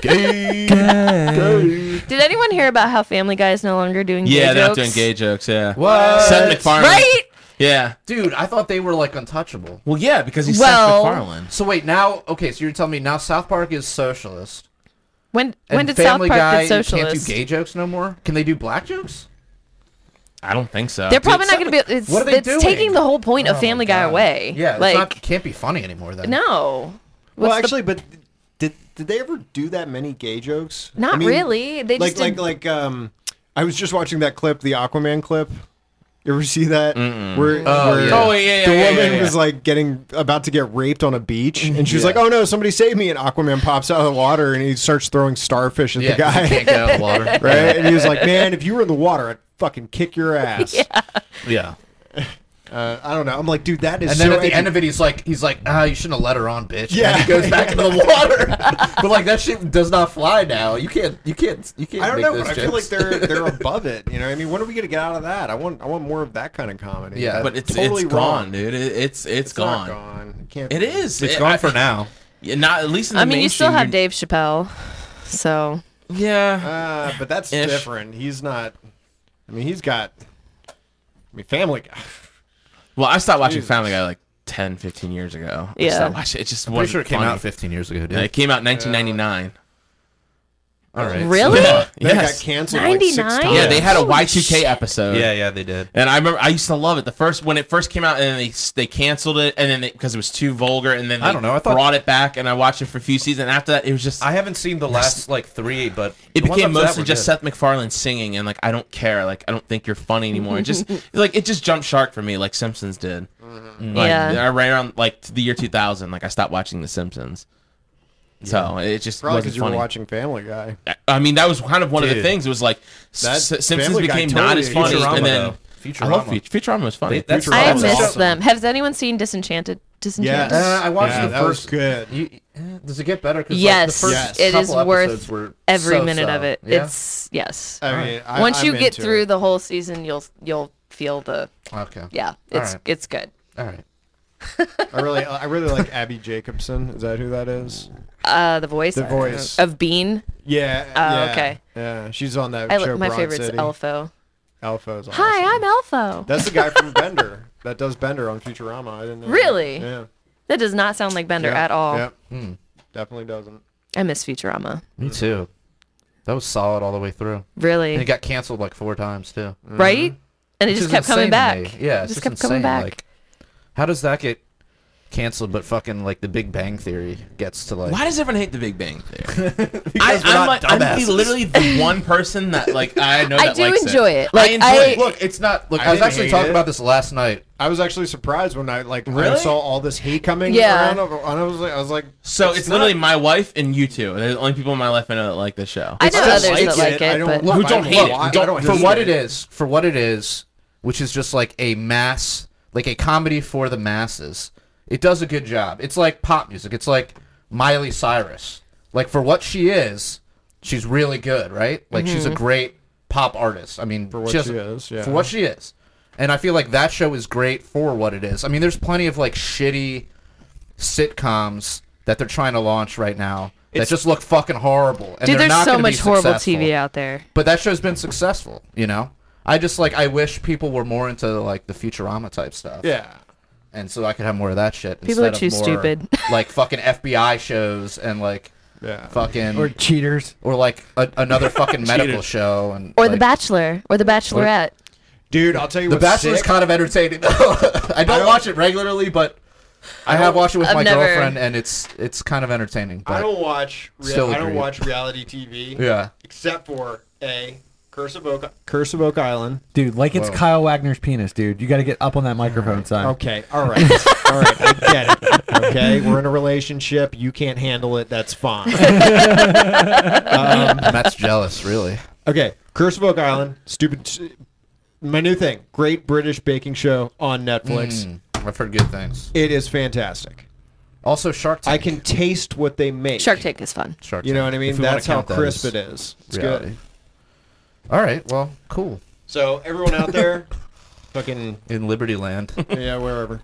[SPEAKER 2] gay.
[SPEAKER 5] Did anyone hear about how Family Guy is no longer doing
[SPEAKER 4] Yeah, they're
[SPEAKER 5] gay
[SPEAKER 4] not
[SPEAKER 5] jokes?
[SPEAKER 4] doing gay jokes. Yeah.
[SPEAKER 2] What?
[SPEAKER 4] Seth MacFarlane.
[SPEAKER 5] Right?
[SPEAKER 4] Yeah.
[SPEAKER 2] dude? I thought they were like untouchable.
[SPEAKER 4] Well, yeah, because he's
[SPEAKER 5] Well-
[SPEAKER 4] Seth MacFarlane.
[SPEAKER 2] So wait, now okay. So you're telling me now South Park is socialist?
[SPEAKER 5] When
[SPEAKER 2] and
[SPEAKER 5] when did South
[SPEAKER 2] Family
[SPEAKER 5] Park get
[SPEAKER 2] Guy Can't
[SPEAKER 5] socialist?
[SPEAKER 2] do gay jokes no more. Can they do black jokes?
[SPEAKER 4] I don't think so.
[SPEAKER 5] They're probably
[SPEAKER 2] Dude,
[SPEAKER 5] not going to be. It's,
[SPEAKER 2] what are they
[SPEAKER 5] it's
[SPEAKER 2] doing? Oh
[SPEAKER 5] taking the whole point of Family Guy away.
[SPEAKER 2] Uh, Yeah, it's
[SPEAKER 5] like
[SPEAKER 2] not, can't be funny anymore. Then
[SPEAKER 5] no.
[SPEAKER 3] Well,
[SPEAKER 5] What's the-
[SPEAKER 3] actually, but did did they ever do that many gay jokes?
[SPEAKER 5] Not really. They
[SPEAKER 3] like
[SPEAKER 5] just
[SPEAKER 3] like
[SPEAKER 5] did-
[SPEAKER 3] like um, I was just watching that clip, the Aquaman clip. You ever see that? Where,
[SPEAKER 2] Oh,
[SPEAKER 3] where
[SPEAKER 2] yeah. Mm-hmm.
[SPEAKER 4] Oh, yeah, yeah,
[SPEAKER 3] the
[SPEAKER 4] yeah, yeah,
[SPEAKER 3] woman
[SPEAKER 4] yeah,
[SPEAKER 3] was
[SPEAKER 4] yeah.
[SPEAKER 3] like getting about to get raped on a beach, and she was like, "Oh no, somebody save me!" And Aquaman pops out of the water, and he starts throwing starfish at
[SPEAKER 2] yeah,
[SPEAKER 3] the
[SPEAKER 2] 'cause you
[SPEAKER 3] guy,
[SPEAKER 2] can't get out of the water.
[SPEAKER 3] right? And he was like, "Man, if you were in the water, I'd fucking kick your ass."
[SPEAKER 2] Yeah,
[SPEAKER 3] uh, I don't know. I'm like, dude, that is.
[SPEAKER 2] and then
[SPEAKER 3] so
[SPEAKER 2] at the
[SPEAKER 3] edu-
[SPEAKER 2] end of it, he's like, he's like, ah, you shouldn't have let her on, bitch.
[SPEAKER 3] Yeah.
[SPEAKER 2] and he goes back into the water. but like that shit does not fly now. You can't, you can't, you can't.
[SPEAKER 3] I don't
[SPEAKER 2] make
[SPEAKER 3] know,
[SPEAKER 2] those
[SPEAKER 3] but I feel like
[SPEAKER 2] jokes.
[SPEAKER 3] they're they're above it. You know, what I mean, when are we gonna get out of that? I want I want more of that kind of comedy.
[SPEAKER 2] Yeah.
[SPEAKER 3] That's
[SPEAKER 4] but it's
[SPEAKER 3] totally
[SPEAKER 4] it's
[SPEAKER 3] wrong.
[SPEAKER 4] gone, dude. It, it's it's
[SPEAKER 3] It's not
[SPEAKER 4] gone.
[SPEAKER 3] gone. It can't.
[SPEAKER 4] It
[SPEAKER 3] be.
[SPEAKER 4] is.
[SPEAKER 2] It's
[SPEAKER 4] It-
[SPEAKER 2] gone
[SPEAKER 4] I-
[SPEAKER 2] for now.
[SPEAKER 4] Yeah, not at least in the
[SPEAKER 5] I mean, you still
[SPEAKER 4] mainstream,
[SPEAKER 5] have Dave Chappelle, so
[SPEAKER 4] you're- Yeah.
[SPEAKER 3] Uh, but that's
[SPEAKER 4] Ish.
[SPEAKER 3] different. He's not. I mean, he's got. I mean, Family Guy.
[SPEAKER 4] Well, I stopped watching
[SPEAKER 3] Jesus.
[SPEAKER 4] Family Guy like 10, 15 years ago. I
[SPEAKER 5] Yeah.
[SPEAKER 4] stopped watching it. It just
[SPEAKER 2] Pretty
[SPEAKER 4] wasn't
[SPEAKER 2] sure it came
[SPEAKER 4] funny.
[SPEAKER 2] out 15 years ago, dude.
[SPEAKER 4] It came out in 1999.
[SPEAKER 2] All right, so-
[SPEAKER 5] really,
[SPEAKER 3] That
[SPEAKER 4] Yes.
[SPEAKER 3] got canceled. like, six
[SPEAKER 5] 99?
[SPEAKER 3] times.
[SPEAKER 4] Yeah, they had a
[SPEAKER 5] Holy
[SPEAKER 4] Y2K episode.
[SPEAKER 6] Oh, Yeah, yeah, they did.
[SPEAKER 4] And I remember I used to love it. The first when it first came out, and then they they canceled it, and then because it was too vulgar, and then
[SPEAKER 2] I
[SPEAKER 4] they
[SPEAKER 2] don't know, I thought-
[SPEAKER 4] brought it back, and I watched it for a few seasons. And after that, it was just
[SPEAKER 6] I haven't seen the last like three, but
[SPEAKER 4] it
[SPEAKER 6] the ones
[SPEAKER 4] became
[SPEAKER 6] after that
[SPEAKER 4] mostly
[SPEAKER 6] were
[SPEAKER 4] just
[SPEAKER 6] good.
[SPEAKER 4] Seth MacFarlane singing, and like I don't care, like I don't think you're funny anymore. It just like it just jumped shark for me, like Simpsons did. Like,
[SPEAKER 5] Yeah.
[SPEAKER 4] I right around like the year 2000, like I stopped watching The Simpsons. So it just
[SPEAKER 3] Probably
[SPEAKER 4] wasn't
[SPEAKER 3] because you were
[SPEAKER 4] funny.
[SPEAKER 3] watching Family Guy.
[SPEAKER 4] I mean, that was kind of one of the
[SPEAKER 6] Dude.
[SPEAKER 4] things. It was like
[SPEAKER 3] That
[SPEAKER 4] S- Simpsons
[SPEAKER 3] Family Guy
[SPEAKER 4] became
[SPEAKER 3] totally
[SPEAKER 4] not as funny,
[SPEAKER 6] Futurama,
[SPEAKER 4] and then
[SPEAKER 6] though.
[SPEAKER 4] I love
[SPEAKER 6] Futurama.
[SPEAKER 4] Future- Futurama was funny.
[SPEAKER 6] They- that's
[SPEAKER 5] I
[SPEAKER 3] Futurama's
[SPEAKER 5] miss
[SPEAKER 3] awesome.
[SPEAKER 5] them. Has anyone seen Disenchanted? Disenchanted.
[SPEAKER 2] Uh, I watched
[SPEAKER 3] Yeah,
[SPEAKER 2] the
[SPEAKER 3] that was
[SPEAKER 2] first.
[SPEAKER 3] good.
[SPEAKER 2] You, eh, does it get better? 'Cause, like,
[SPEAKER 5] Yes,
[SPEAKER 2] the first
[SPEAKER 3] Yes.
[SPEAKER 5] it is
[SPEAKER 2] couple episodes
[SPEAKER 5] worth
[SPEAKER 2] were
[SPEAKER 5] every
[SPEAKER 2] so-so.
[SPEAKER 5] minute of it.
[SPEAKER 2] Yeah?
[SPEAKER 5] It's yes.
[SPEAKER 3] I mean, I,
[SPEAKER 5] Once you
[SPEAKER 3] I'm
[SPEAKER 5] get
[SPEAKER 3] into
[SPEAKER 5] through
[SPEAKER 3] it.
[SPEAKER 5] the whole season, you'll you'll feel the
[SPEAKER 2] okay.
[SPEAKER 5] yeah. It's
[SPEAKER 2] right.
[SPEAKER 5] it's good.
[SPEAKER 2] All right.
[SPEAKER 3] I really, I really like Abby Jacobson. Is that who that is?
[SPEAKER 5] Uh, the voice.
[SPEAKER 3] The
[SPEAKER 5] uh,
[SPEAKER 3] voice.
[SPEAKER 5] of Bean.
[SPEAKER 3] Yeah.
[SPEAKER 5] Oh,
[SPEAKER 3] yeah,
[SPEAKER 5] okay.
[SPEAKER 3] Yeah, she's on that
[SPEAKER 5] I,
[SPEAKER 3] show.
[SPEAKER 5] li- my
[SPEAKER 3] Broad
[SPEAKER 5] favorite's
[SPEAKER 3] City.
[SPEAKER 5] Elfo.
[SPEAKER 3] Alfo's.
[SPEAKER 5] Hi, I'm Elfo.
[SPEAKER 3] That's the guy from Bender that does Bender on Futurama. I didn't know. that.
[SPEAKER 5] Really?
[SPEAKER 3] Yeah.
[SPEAKER 5] That does not sound like Bender
[SPEAKER 3] Yeah.
[SPEAKER 5] at all.
[SPEAKER 3] Yep.
[SPEAKER 4] Hmm.
[SPEAKER 3] Definitely doesn't.
[SPEAKER 5] I miss Futurama.
[SPEAKER 2] Me too. That was solid all the way through.
[SPEAKER 5] Really?
[SPEAKER 2] And it got canceled like four times too.
[SPEAKER 5] right? And it
[SPEAKER 2] Which
[SPEAKER 5] just
[SPEAKER 2] is
[SPEAKER 5] kept coming
[SPEAKER 2] insane to
[SPEAKER 5] back.
[SPEAKER 2] me. Yeah,
[SPEAKER 5] It just
[SPEAKER 2] it's just
[SPEAKER 5] kept
[SPEAKER 2] insane.
[SPEAKER 5] coming back.
[SPEAKER 2] Like, how does that get canceled? But fucking like the Big Bang Theory gets to like.
[SPEAKER 4] Why does everyone hate The Big Bang Theory? I, I'm, like, I'm the-
[SPEAKER 2] dumbasses.
[SPEAKER 4] literally the one person that like I know.
[SPEAKER 5] I
[SPEAKER 4] that
[SPEAKER 5] do
[SPEAKER 4] likes
[SPEAKER 5] enjoy it. Like,
[SPEAKER 4] I enjoy
[SPEAKER 5] I-
[SPEAKER 4] it.
[SPEAKER 2] Look, it's not. Look, I,
[SPEAKER 3] I
[SPEAKER 2] was
[SPEAKER 3] didn't
[SPEAKER 2] actually
[SPEAKER 3] hate
[SPEAKER 2] talking
[SPEAKER 3] it.
[SPEAKER 2] about this last night.
[SPEAKER 3] I was actually surprised when I like I
[SPEAKER 4] Really?
[SPEAKER 3] saw all this hate coming
[SPEAKER 5] Yeah.
[SPEAKER 3] around, and I was like, I was like,
[SPEAKER 4] So it's, literally my wife and you two. They're the only people in my life I know that like this show.
[SPEAKER 5] I know
[SPEAKER 3] still
[SPEAKER 5] others that
[SPEAKER 3] like
[SPEAKER 5] like
[SPEAKER 3] it.
[SPEAKER 5] it,
[SPEAKER 3] I don't
[SPEAKER 5] but
[SPEAKER 3] love
[SPEAKER 4] Who
[SPEAKER 3] I
[SPEAKER 4] don't hate it.
[SPEAKER 3] I- I
[SPEAKER 4] Don't-
[SPEAKER 3] don't
[SPEAKER 2] for
[SPEAKER 3] hate
[SPEAKER 2] what
[SPEAKER 3] it.
[SPEAKER 2] it is, for what it is, which is just like a mass, like a comedy for the masses. It does a good job. It's like pop music. It's like Miley Cyrus. Like for what she is, she's really good, right? Like she's a great pop artist. I mean, for
[SPEAKER 3] Mm-hmm. what she is, yeah.
[SPEAKER 2] For what she is, and I feel like that show is great for what it is. I mean, there's plenty of like shitty sitcoms that they're trying to launch right now that just look fucking horrible. And
[SPEAKER 5] dude, there's
[SPEAKER 2] they're not
[SPEAKER 5] so
[SPEAKER 2] gonna be
[SPEAKER 5] much horrible
[SPEAKER 2] successful
[SPEAKER 5] TV out there.
[SPEAKER 2] but that show's been successful you know i just like i wish people were more into like the futurama type stuff
[SPEAKER 3] Yeah.
[SPEAKER 2] and so i could have more of that shit
[SPEAKER 5] People are
[SPEAKER 2] instead
[SPEAKER 5] too
[SPEAKER 2] of more,
[SPEAKER 5] stupid.
[SPEAKER 2] like fucking fbi shows and like
[SPEAKER 3] Yeah.
[SPEAKER 2] fucking
[SPEAKER 1] or
[SPEAKER 2] or,
[SPEAKER 1] cheaters.
[SPEAKER 2] like a, another fucking medical show and
[SPEAKER 5] Or The
[SPEAKER 2] like-
[SPEAKER 5] Bachelor, or The Bachelorette.
[SPEAKER 3] Dude, I'll tell you
[SPEAKER 2] the
[SPEAKER 3] what's
[SPEAKER 2] bachelor's
[SPEAKER 3] sick.
[SPEAKER 2] kind of entertaining i don't
[SPEAKER 3] don't-
[SPEAKER 2] watch it regularly but i have watched it with
[SPEAKER 5] I've
[SPEAKER 2] my
[SPEAKER 5] never-
[SPEAKER 2] girlfriend and it's it's kind of entertaining but
[SPEAKER 3] I don't watch. Rea-
[SPEAKER 2] Still
[SPEAKER 3] I don't
[SPEAKER 2] agree.
[SPEAKER 3] watch reality TV.
[SPEAKER 2] yeah
[SPEAKER 3] Except for a Curse of Oak. Curse of Oak Island.
[SPEAKER 1] Dude, like it's
[SPEAKER 2] Whoa.
[SPEAKER 1] Kyle Wagner's penis, dude. You got to get up on that microphone, son.
[SPEAKER 3] Okay. All right. All right. I get it. Okay. We're in a relationship. You can't handle it. That's fine. um,
[SPEAKER 2] that's jealous really
[SPEAKER 3] okay. Curse of Oak Island. Stupid. My new thing. Great British Baking Show on Netflix.
[SPEAKER 2] Mm, i've heard good things
[SPEAKER 3] It is fantastic.
[SPEAKER 2] also shark
[SPEAKER 3] I
[SPEAKER 2] tank
[SPEAKER 3] can taste what they make.
[SPEAKER 5] Shark Tank is fun.
[SPEAKER 2] shark
[SPEAKER 3] You know
[SPEAKER 2] Tank,
[SPEAKER 3] what I mean?
[SPEAKER 2] if we wanna
[SPEAKER 3] That's how
[SPEAKER 2] count that
[SPEAKER 3] crisp it
[SPEAKER 2] as-
[SPEAKER 3] is. It's
[SPEAKER 2] reality.
[SPEAKER 3] good.
[SPEAKER 2] All right. Well, cool.
[SPEAKER 3] So everyone out there, fucking
[SPEAKER 2] In Liberty Land.
[SPEAKER 3] yeah, wherever.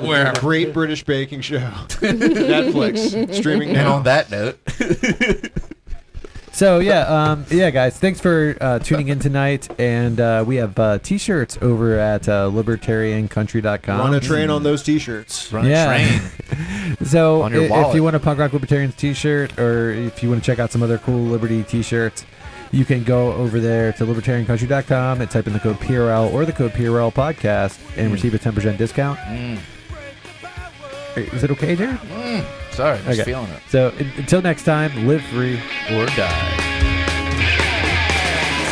[SPEAKER 4] Where
[SPEAKER 3] Great British Baking Show. Netflix streaming
[SPEAKER 2] and
[SPEAKER 3] now.
[SPEAKER 2] on that note,
[SPEAKER 1] So yeah, um, yeah, guys, thanks for uh, tuning in tonight, and uh, we have uh, t-shirts over at uh, libertariancountry.com.
[SPEAKER 3] Run a train on those T-shirts.
[SPEAKER 2] run
[SPEAKER 1] Yeah.
[SPEAKER 2] a train.
[SPEAKER 1] So
[SPEAKER 2] On your
[SPEAKER 1] i- if
[SPEAKER 2] wallet.
[SPEAKER 1] you want a punk rock libertarians t-shirt, or if you want to check out some other cool liberty t-shirts, you can go over there to libertariancountry.com and type in the code PRL or the code PRL podcast
[SPEAKER 2] Hmm.
[SPEAKER 1] and receive a ten percent discount. Is it okay, Jared?
[SPEAKER 2] Sorry, I'm just
[SPEAKER 1] Okay.
[SPEAKER 2] feeling it.
[SPEAKER 1] So un- until next time, live free or die.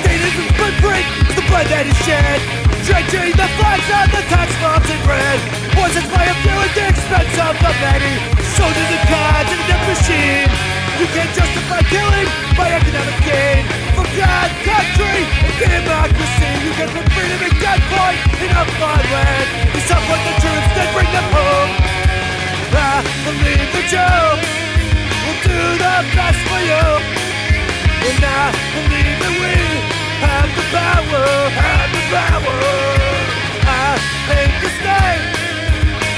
[SPEAKER 8] State is the footprint is the blood that is shed. Drenching the flags on the tax bombs in red. Was it by a few at the expense of the many? Soldiers and cards in a death machine. You can't justify killing by economic gain. For God, country, and democracy, you can put freedom and gunpoint in a fine land. You support the troops, then bring them home. I believe the joke. We'll do the best for you. And I believe that we have the power, have the power. I hate the state,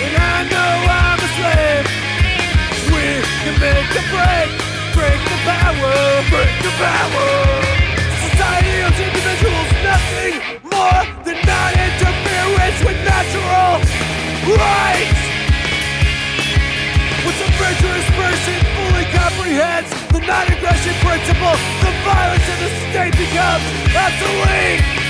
[SPEAKER 8] and I know I'm a slave. We can make a break, break the power, break the power. Society of individuals, nothing more than non-interference with natural rights. Once a virtuous person fully comprehends the non-aggression principle, the violence in the state becomes obsolete.